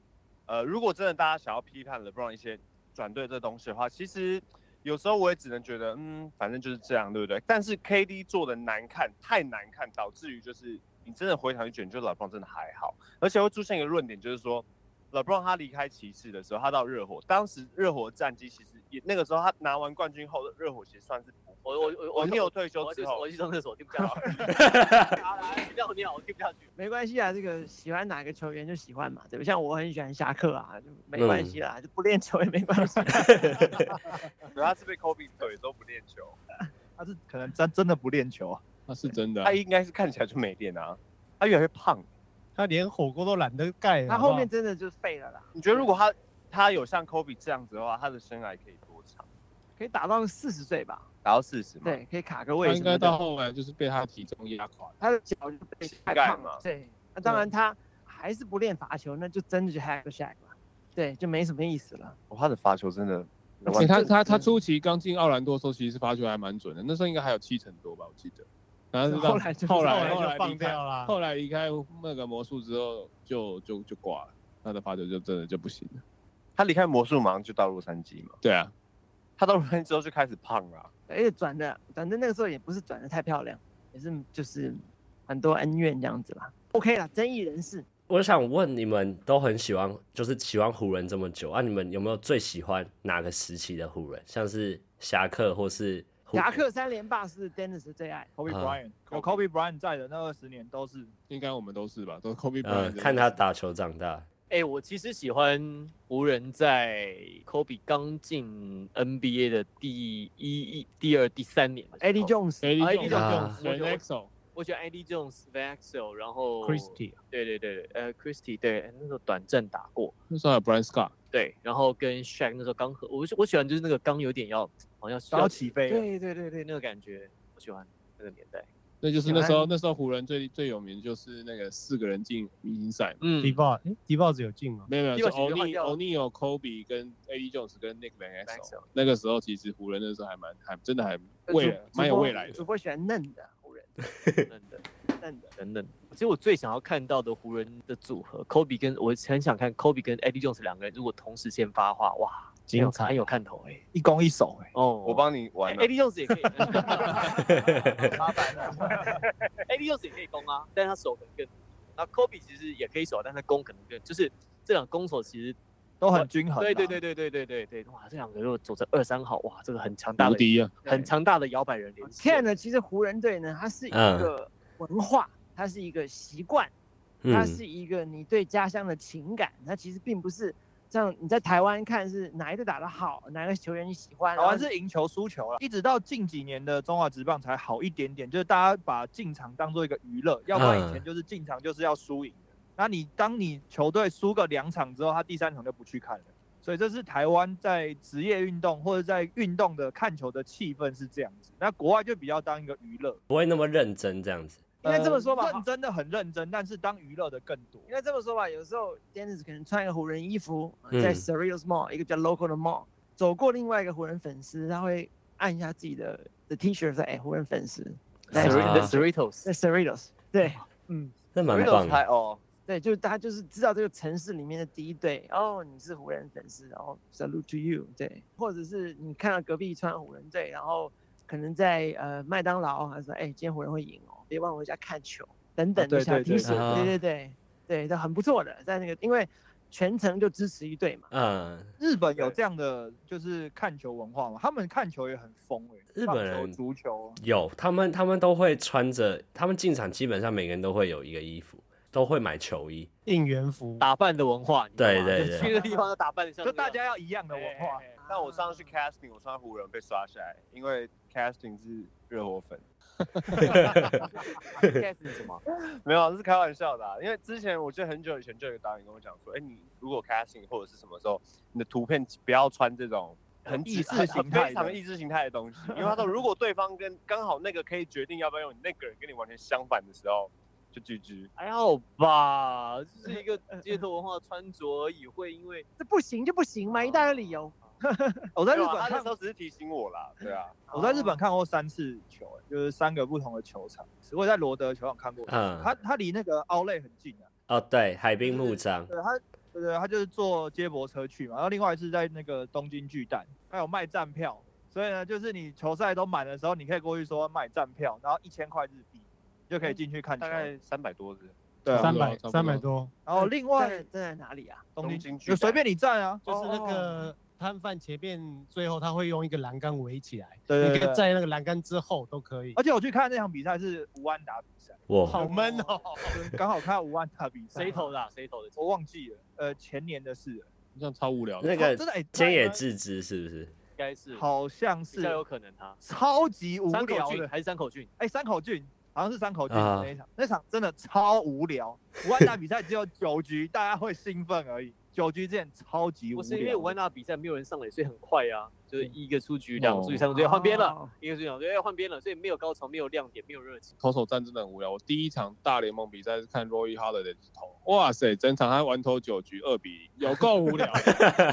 Speaker 6: 呃，如果真的大家想要批判 LeBron 一些转队这东西的话，其实有时候我也只能觉得，嗯，反正就是这样，对不对？但是 KD 做的难看，太难看，导致于就是你真的回头去卷，就 LeBron 真的还好，而且会出现一个论点，就是说。LeBron 他离开骑士的时候，他到热火，当时热火的战绩其实也那个时候他拿完冠军后，热火其实算是 不
Speaker 1: 我我我
Speaker 6: 我
Speaker 1: 我
Speaker 6: 没有退休
Speaker 1: 我
Speaker 6: 之
Speaker 1: 去
Speaker 6: 后，
Speaker 1: 我去上厕所，听不下去。好来去尿尿，我听不下去。
Speaker 3: 没关系啊，这个喜欢哪个球员就喜欢嘛，对不对？像我很喜欢侠客啊，就没关系
Speaker 2: 嗯
Speaker 3: 啦，就不练球也没 关系。
Speaker 6: 对，他是被 Kobe 怼都不练球，
Speaker 4: 他是可能真真的不练球啊。
Speaker 7: 他是真的啊
Speaker 6: 他。应该是看起来就没练啊，他越来越胖。
Speaker 5: 他连火锅都懒得盖了。
Speaker 3: 他
Speaker 5: 好不
Speaker 3: 后
Speaker 5: 好
Speaker 3: 面真的就废了啦，
Speaker 6: 你觉得如果他他有像 Kobe 这样子的话，他的生涯可以多长？
Speaker 3: 可以打到四十岁吧？
Speaker 6: 打到四十吗？，
Speaker 3: 对，可以卡个
Speaker 7: 他
Speaker 3: 位
Speaker 7: 应
Speaker 3: 什
Speaker 7: 该
Speaker 3: 么
Speaker 7: 到
Speaker 3: 的。
Speaker 7: 后来就是被他的体重压垮了。
Speaker 3: 他的脚就被太
Speaker 6: 盖
Speaker 3: 胖
Speaker 6: 嘛嗯
Speaker 3: 了，对。那当然他还是不练罚球，那就真的就 hack the shack 了，对，就没什么意思了。
Speaker 6: 哇，哦他的罚球真的，
Speaker 7: 而且他他他初期刚进奥兰多的时候，其实发球还蛮准的，那时候应该还有七成多吧，我记得。然后
Speaker 3: 后来就哦
Speaker 7: 后
Speaker 5: 后
Speaker 7: 来
Speaker 5: 来
Speaker 7: 后
Speaker 5: 就
Speaker 7: 来
Speaker 5: 放
Speaker 7: 离开
Speaker 5: 掉啦。
Speaker 7: 后来离开那个魔术之后，就就就挂了，他的发球就真的就不行了。
Speaker 6: 他离开魔术马上就到洛杉矶嘛，
Speaker 7: 对啊，
Speaker 6: 他到洛杉矶之后就开始胖了啊、
Speaker 3: 而且哎转的转的那个时候也不是转的太漂亮，也是就是很多恩怨这样子啦。OK 啦，争议人士，
Speaker 2: 我想问你们都很喜欢，就是喜欢湖人这么久啊，你们有没有最喜欢哪个时期的湖人？像是侠客或是湖
Speaker 3: 夹克三连霸是 Dennis 的最爱，
Speaker 4: Kobe
Speaker 2: 啊
Speaker 4: Bryant 有 Kobe Bryant 在的那二十年都是
Speaker 7: 应该我们都是吧，都是 Kobe
Speaker 2: 呃
Speaker 7: Bryant 的
Speaker 2: 看他打球长大，
Speaker 1: 哎、我其实喜欢湖人在 Kobe 刚进 NBA 的第一、一第二、第三年的时候
Speaker 3: Eddie Jones，
Speaker 7: AD
Speaker 1: AD
Speaker 7: Jones、
Speaker 1: Jones，
Speaker 7: Ren Exo，
Speaker 1: 我喜欢 Eddie Jones、Van Axel，然后
Speaker 5: Christie
Speaker 1: 对对对对，呃，Christie 对，那时候短暂打过，
Speaker 7: 那时候还有 Brian Scott，
Speaker 1: 对，然后跟 Shaq 那时候刚合，我我喜欢就是那个刚有点要好像
Speaker 4: 然后起飞了，
Speaker 1: 对对对对，那个感觉我喜欢那个年代。
Speaker 7: 那就是那时候那时候湖人最最有名的就是那个四个人进明星赛嘛，
Speaker 1: 嗯
Speaker 5: 迪豹，诶迪豹子有进吗？
Speaker 7: 没有没有，
Speaker 1: 第
Speaker 7: 就
Speaker 1: 二局就换
Speaker 7: O'Neal
Speaker 1: 掉了
Speaker 7: O'Neal、Kobe 跟 AD Jones 跟 Nick Van
Speaker 1: Van
Speaker 7: Exel
Speaker 1: Exel。
Speaker 7: 那个时候其实湖人那时候还蛮还真的还
Speaker 1: 呃
Speaker 7: 未来蛮有未来的
Speaker 3: 主。播喜欢嫩的湖人，
Speaker 1: 等等
Speaker 3: 嫩的。
Speaker 1: 等等，其实我最想要看到的湖人的组合，Kobe 跟我很想看 Kobe 跟 Eddie Jones 两个人如果同时先发的话，哇，
Speaker 5: 精彩
Speaker 1: 很有看头哎、
Speaker 4: 一攻一守、欸，
Speaker 1: 哦，
Speaker 6: 我帮你玩了
Speaker 1: Eddie Jones 也可以，麻烦 了。Eddie Jones 也可以攻啊，但是他手可能更，那 Kobe 其实也可以守，啊但他攻可能更，就是这两个攻手其实
Speaker 4: 都很均衡、啊。
Speaker 1: 对对对对对对对对，哇，这两个如果走在二三号，哇，这个很强大
Speaker 7: 无
Speaker 1: 的
Speaker 7: 敌啊！
Speaker 1: 很强大的摇摆人联系。
Speaker 3: 现在呢，其实湖人队呢，它是一个
Speaker 7: 嗯
Speaker 3: 文化，它是一个习惯，它
Speaker 2: 嗯
Speaker 3: 是一个你对家乡的情感。它其实并不是像你在台湾看是哪一队打得好，哪个球员你喜欢，
Speaker 4: 台湾
Speaker 3: 然后
Speaker 4: 是赢球输球了，一直到近几年的中华职棒才好一点点，就是大家把进场当做一个娱乐，要不然以前就是进场就是要输赢的。那你当你球队输个两场之后，他第三场就不去看了，所以这是台湾在职业运动或者在运动的看球的气氛是这样子。那国外就比较当一个娱乐，
Speaker 2: 不会那么认真这样子。
Speaker 3: 应该这么说吧
Speaker 4: 呃认真的很认真，但是当娱乐的更多。
Speaker 3: 应该这么说吧，有时候 Dennis 可能穿一个湖人衣服，呃
Speaker 2: 嗯
Speaker 3: 在 Serious Mall、一个比较 local 的 mall 走过另外一个湖人粉丝，他会按一下自己的的 T 恤说：“哎、湖人粉丝。”在
Speaker 1: Seri-
Speaker 2: 啊
Speaker 1: The Cerritos，
Speaker 3: 在 Serious，对
Speaker 2: 那蛮
Speaker 6: Riddles
Speaker 2: 棒
Speaker 6: 还
Speaker 2: 的，
Speaker 6: 哦，
Speaker 3: 对，就是他就是知道这个城市里面的第一队，哦，你是湖人粉丝，然后 salute to you，对，或者是你看到隔壁穿湖人队，然后可能在呃麦当劳，他说：“哎、今天湖人会赢哦，别忘了回家看球。”等等
Speaker 4: 啊对
Speaker 3: 的小
Speaker 4: 对
Speaker 3: 提
Speaker 4: 对
Speaker 3: 醒，
Speaker 2: 啊
Speaker 3: 对对对对，都很不错的，在那个因为全程就支持一队嘛。
Speaker 2: 嗯，
Speaker 4: 日本有这样的就是看球文化嘛？他们看球也很疯哎、
Speaker 2: 日
Speaker 4: 棒
Speaker 2: 本
Speaker 4: 球
Speaker 2: 人
Speaker 4: 足球，
Speaker 2: 有他们他们都会穿着，他们进场基本上每个人都会有一个衣服，都会买球衣，
Speaker 5: 应援服，
Speaker 1: 打扮的文化，你知道吗
Speaker 2: 对对
Speaker 1: 就
Speaker 2: 对
Speaker 1: 去那个地方就打扮的像
Speaker 4: 就
Speaker 1: 那个
Speaker 4: 大家要一样的文化。
Speaker 6: 哎那我上次去 casting，我穿湖人被刷下来，因为 casting 是热火 粉。
Speaker 1: podcast 是什么？
Speaker 6: 没有，这是开玩笑的、啊。因为之前我记得很久以前就有一个导演跟我讲说，哎、你如果 casting 或者是什么时候，你的图片不要穿这种很
Speaker 4: 意识
Speaker 6: 很
Speaker 4: 形态的
Speaker 6: 非常意识形态的东西，因为他说如果对方跟刚好那个可以决定要不要用你那个人跟你完全相反的时候，就 GG。
Speaker 1: 还好吧，就是一个街头文化穿着而已，会因为
Speaker 3: 这不行就不行嘛，一大堆理由。
Speaker 6: 哦
Speaker 4: 我在日
Speaker 6: 没有
Speaker 4: 本
Speaker 6: 啊他那
Speaker 4: 看
Speaker 6: 时候只是提醒我啦，对啊，
Speaker 4: 我在日本看过三次球，欸就是三个不同的球场。我也在罗德球场看过一次，
Speaker 2: 嗯
Speaker 4: 它它离那个奥莱很近啊。
Speaker 2: 哦，对，海滨幕张，
Speaker 4: 对，它对对，它就是坐接驳车去嘛。然后另外一次在那个东京巨蛋，它有卖站票，所以呢，就是你球赛都满的时候，你可以过去说卖站票，然后一千块日币就可以进去看球
Speaker 6: 嗯大。概三百多日，
Speaker 4: 对啊
Speaker 5: 三
Speaker 7: 300
Speaker 5: 百
Speaker 7: 差不多
Speaker 5: 三百多，
Speaker 3: 哦
Speaker 4: 然后另
Speaker 3: 在
Speaker 4: 外
Speaker 3: 站在哪里啊？
Speaker 4: 东
Speaker 6: 东
Speaker 4: 京
Speaker 6: 京
Speaker 4: 就
Speaker 6: 巨
Speaker 4: 随
Speaker 6: 蛋
Speaker 4: 便你站啊，
Speaker 5: 就是那
Speaker 3: 哦
Speaker 5: 个摊贩前面最后他会用一个栏杆围起来，
Speaker 4: 对
Speaker 5: 你
Speaker 4: 对
Speaker 5: 可以
Speaker 4: 对。
Speaker 5: 在那个栏杆之后都可以
Speaker 4: 而。且我去看那场比赛是吴安达比赛，
Speaker 2: 哇，
Speaker 5: 好闷哦，
Speaker 4: 刚好看到吴安达比赛，
Speaker 1: 谁投的啊？谁投的？
Speaker 4: 我忘记了，呃，前年的事了。
Speaker 7: 这样超无聊的。
Speaker 2: 那个
Speaker 4: 真的哎，
Speaker 2: 菅野
Speaker 4: 他
Speaker 2: 智之是不是？
Speaker 1: 应该是
Speaker 4: 好像
Speaker 1: 比
Speaker 4: 是
Speaker 1: 较有可能他
Speaker 4: 超级无
Speaker 1: 山
Speaker 4: 聊
Speaker 1: 口俊
Speaker 4: 的。
Speaker 1: 还是山口俊？
Speaker 4: 哎，山口俊好像是山口俊
Speaker 2: 啊
Speaker 4: 那一场，那场真的超无聊。五万打比赛只有九局，大家会兴奋而已。九局之前超级无
Speaker 1: 不
Speaker 4: 聊的，
Speaker 1: 是因为五万那比赛没有人上垒，所以很快啊，就是一个出局，两个出局，
Speaker 7: 哦
Speaker 1: 三个出局，换边了，
Speaker 3: 哦。
Speaker 1: 一个出局，两个出局，哎换边了，所以没有高潮，没有亮点，没有热情。
Speaker 7: 投手战真的很无聊。我第一场大联盟比赛是看 Roy Holiday 投，哇塞，整场他完投九局二比零，有够无聊。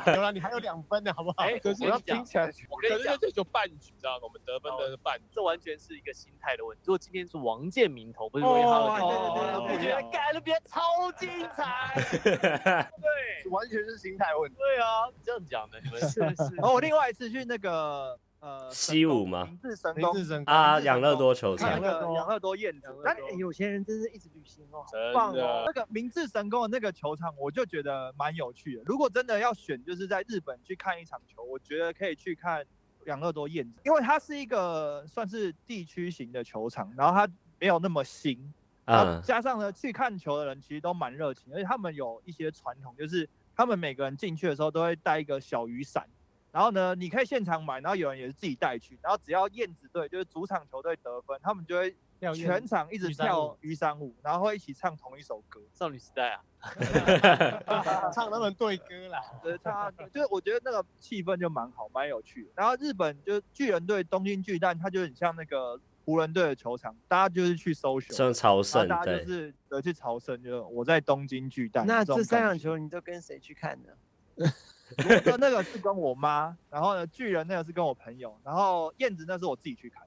Speaker 5: 有啦，你还有两分呢，好
Speaker 6: 啊
Speaker 5: 不好？
Speaker 1: 哎，
Speaker 7: 可
Speaker 1: 我
Speaker 7: 是
Speaker 1: 跟你讲，
Speaker 6: 起来
Speaker 1: 我跟
Speaker 7: 可
Speaker 1: 你
Speaker 7: 是
Speaker 1: 讲
Speaker 7: 那，就就半局，知道吗？我们得分的是半局。
Speaker 1: 这完全是一个心态的问题。如果今天是王建民投，不是
Speaker 3: 哦
Speaker 1: 罗永浩投，
Speaker 3: 对
Speaker 1: 我
Speaker 3: 对对对
Speaker 1: 觉得改了别超精彩。对
Speaker 6: 完全是心态问题。
Speaker 1: 对啊，这样讲的，你们
Speaker 3: 是是
Speaker 4: 然后哦我另外一次去那个呃
Speaker 2: 西武吗
Speaker 4: 明治神
Speaker 5: 林
Speaker 4: 宫
Speaker 5: 志神
Speaker 2: 啊，养乐多球
Speaker 4: 看
Speaker 2: 场
Speaker 4: 那，个养乐多燕子，
Speaker 3: 但
Speaker 4: 但
Speaker 3: 哎有钱人真是一直旅行哦，好
Speaker 7: 真
Speaker 3: 棒
Speaker 7: 的
Speaker 3: 哦。
Speaker 4: 那个明治神宫的那个球场，我就觉得蛮有趣的。如果真的要选，就是在日本去看一场球，我觉得可以去看养乐多燕子，因为它是一个算是地区型的球场，然后它没有那么新，然后
Speaker 2: 嗯，
Speaker 4: 加上呢，去看球的人其实都蛮热情，而且他们有一些传统，就是他们每个人进去的时候都会带一个小雨伞，然后呢，你可以现场买，然后有人也是自己带去，然后只要燕子队就是主场球队得分，他们就会
Speaker 5: 廖燕
Speaker 4: 全场一直
Speaker 5: 雨伞
Speaker 4: 跳
Speaker 5: 舞
Speaker 4: 雨伞舞，然后会一起唱同一首歌。
Speaker 1: 少女时代啊，
Speaker 5: 唱他们对歌啦，
Speaker 4: 对， 他就是我觉得那个气氛就蛮好，蛮有趣的。然后日本就是巨人队东京巨蛋，它就很像那个湖人队的球场，大家就是去搜寻，
Speaker 2: 像朝
Speaker 4: 然后
Speaker 2: 圣
Speaker 4: 大家
Speaker 2: 对
Speaker 4: 就，是呃去朝圣，就是我在东京巨蛋。
Speaker 3: 那
Speaker 4: 这
Speaker 3: 这
Speaker 4: 种
Speaker 3: 三
Speaker 4: 感
Speaker 3: 场
Speaker 4: 觉
Speaker 3: 球你都跟谁去看呢？
Speaker 4: 我的那个是跟我妈，然后呢巨人那个是跟我朋友，然后燕子那是我自己去看，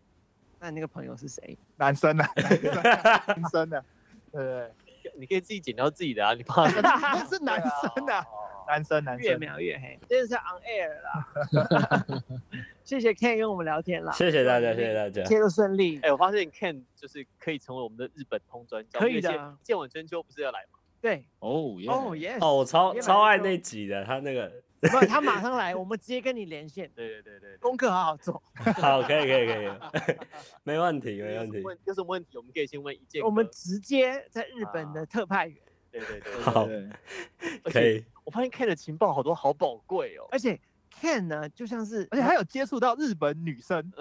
Speaker 3: 那你那个朋友是谁？
Speaker 4: 男生啊，男生啊男生 的、对对
Speaker 1: 你可以自己剪掉自己的啊，你 怕
Speaker 4: 对，是男生啊的、男生男
Speaker 3: 越
Speaker 4: 生。
Speaker 3: 描越黑，真的是 on air 啦。 谢谢 Ken 跟我们聊天啦，
Speaker 2: 谢谢大家，谢谢
Speaker 3: 家，
Speaker 2: 大家
Speaker 3: 一。切都顺利
Speaker 1: 哎、。我发现 Ken 就是可以成为我们的日本通专家，
Speaker 3: 可以
Speaker 1: 因为
Speaker 3: 的
Speaker 1: 见见闻真秋不是要来吗？
Speaker 3: 对，
Speaker 7: 哦耶！
Speaker 3: 哦耶，
Speaker 2: 哦，我超
Speaker 3: 因为
Speaker 2: 超爱
Speaker 3: 就
Speaker 2: 那集的，他那个
Speaker 3: 不，他马上来，我们直接跟你连线，
Speaker 1: 对对对对对。
Speaker 3: 功课好好做。
Speaker 2: 好，可以可以可以， 没问题没
Speaker 1: 有
Speaker 2: 问
Speaker 1: 什
Speaker 2: 题
Speaker 1: 么。问有什么问题，我们可以先问一件。
Speaker 3: 我们直接在日本
Speaker 4: 啊
Speaker 3: 的特派员，
Speaker 1: 对对对 对，
Speaker 2: 好，
Speaker 4: 对
Speaker 1: 而
Speaker 2: 可
Speaker 1: 且
Speaker 2: 以。
Speaker 1: 我发现 Ken 的情报好多好宝贵哦。
Speaker 3: 而且 Ken 呢，就像是，
Speaker 4: 而且还有接触到日本女生，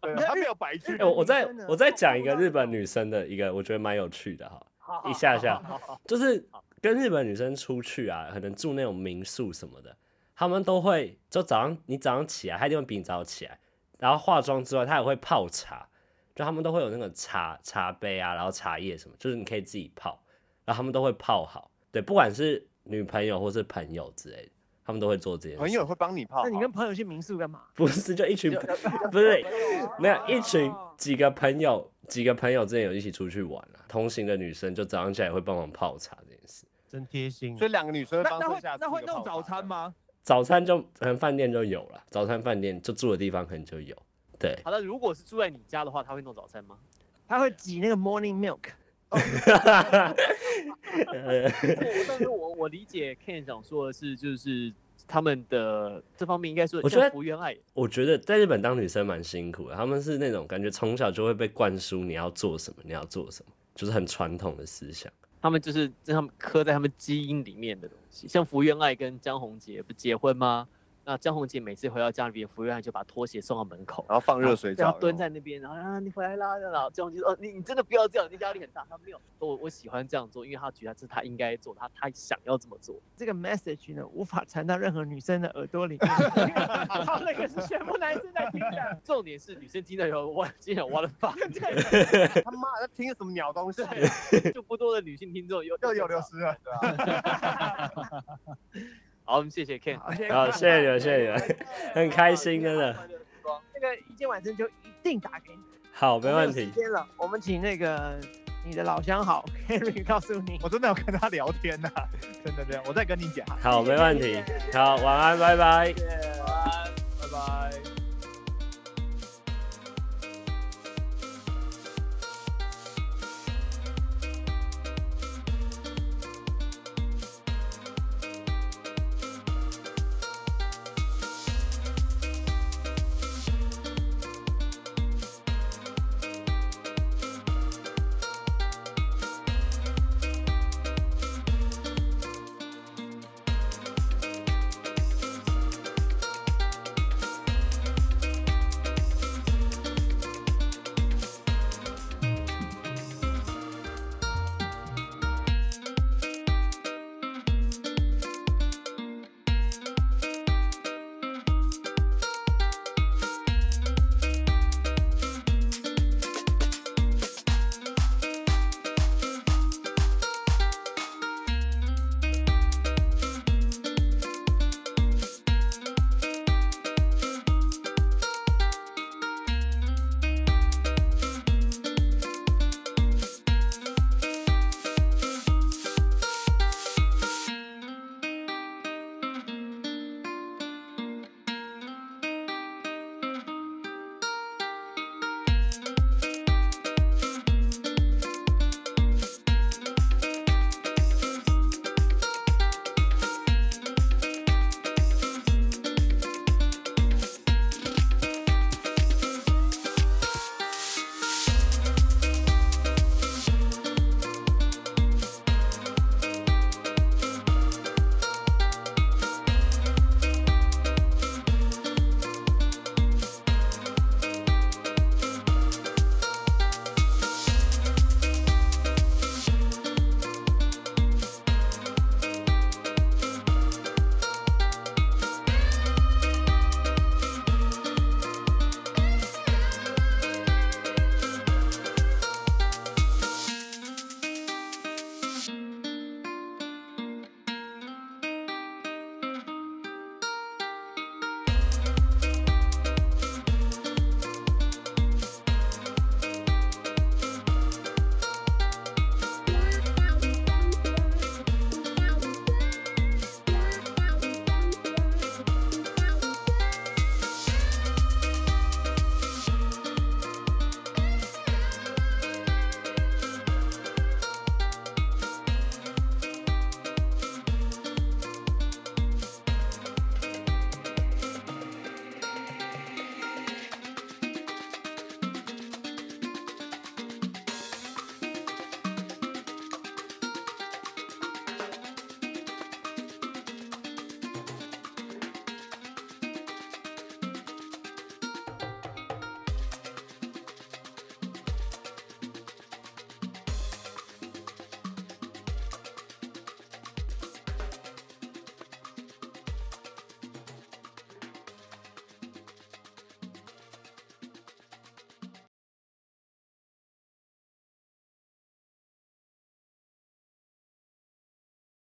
Speaker 4: 对
Speaker 3: 那
Speaker 4: 他
Speaker 3: 日
Speaker 4: 没有白 去
Speaker 2: 哎，。我我
Speaker 3: 女
Speaker 2: 再
Speaker 3: 生呢
Speaker 2: 我再
Speaker 3: 我
Speaker 2: 讲
Speaker 3: 看
Speaker 2: 一
Speaker 3: 不
Speaker 2: 个
Speaker 3: 到
Speaker 2: 日
Speaker 3: 那
Speaker 2: 本
Speaker 3: 种
Speaker 2: 女生的一个，我觉得蛮有趣的哈。
Speaker 1: 好
Speaker 2: 一下下
Speaker 1: 好好好好
Speaker 2: 就是跟日本女生出去啊，可能住那种民宿什么的，她们都会就早上你早上起来，她一定会比你早起来，然后化妆之外，她也会泡茶，就她们都会有那个茶茶杯啊，然后茶叶什么，就是你可以自己泡，然后她们都会泡好，对，不管是女朋友或是朋友之类的，她们都会做这件事。
Speaker 6: 朋友也会帮你泡好。
Speaker 3: 那你
Speaker 4: 啊
Speaker 3: 跟朋友去民宿干嘛？
Speaker 2: 不是就一群朋，不是没有一群
Speaker 3: 哦
Speaker 2: 几个朋友，几个朋友之间有一起出去玩啊，同行的女生就早上起来会帮忙泡茶这件事。
Speaker 5: 真贴心。
Speaker 6: 所以两个女生
Speaker 4: 那
Speaker 6: 帮
Speaker 4: 那
Speaker 6: 剩
Speaker 4: 会
Speaker 6: 下
Speaker 4: 那会
Speaker 6: 四个
Speaker 4: 弄
Speaker 6: 泡
Speaker 4: 早
Speaker 6: 茶
Speaker 4: 餐
Speaker 6: 的？
Speaker 4: 吗？
Speaker 2: 早餐就可能饭店就有了，早餐饭店就住的地方可能就有。对，
Speaker 1: 好的，如果是住在你家的话，他会弄早餐吗？
Speaker 3: 他会挤那个 morning milk，
Speaker 1: 对，但是哦我我理解 Ken 想说的是，就是他们的这方面应该说，
Speaker 2: 我觉得
Speaker 1: 像福原爱，
Speaker 2: 我觉得在日本当女生蛮辛苦的，她们是那种感觉从小就会被灌输你要做什么，你要做什么，就是很传统的 思想。
Speaker 1: 他们就是让他们刻在他们基因里面的东西。像福原爱跟江宏杰不结婚吗？那江宏杰每次回到家里面，福原爱就把拖鞋送到门口，
Speaker 6: 然后放热水
Speaker 1: 然
Speaker 6: 澡，
Speaker 1: 后蹲在那边，然后啊你回来啦，然后江宏杰说、哦、你你真的不要这样，你压力很大。他没有，我我喜欢这样做，因为他觉得这是他应该做，他他想要这么做。
Speaker 3: 这个 message 呢无法传到任何女生的耳朵 里面， 因为他那个是全部男生在听的。
Speaker 1: 重点是女生听到以后，哇，竟然我的发，
Speaker 6: 然后他妈在听什么鸟东西？
Speaker 1: 就不多的女性听众有
Speaker 4: 又有流失了，对吧？
Speaker 1: 好，我们谢谢 Ken。
Speaker 3: 好，谢谢
Speaker 2: 好，谢谢你们，谢谢 你们，很开心，真的。
Speaker 3: 那个一见晚上就一定打给你，
Speaker 2: 好，没问
Speaker 3: 我们有
Speaker 2: 题
Speaker 3: 时。间了，我们请那个你的老乡好 Henry 告诉你。
Speaker 4: 我真的有跟他聊天呐、真的这样，我在跟你讲。
Speaker 2: 好，没问题。好，晚安，拜拜。
Speaker 4: 拜拜。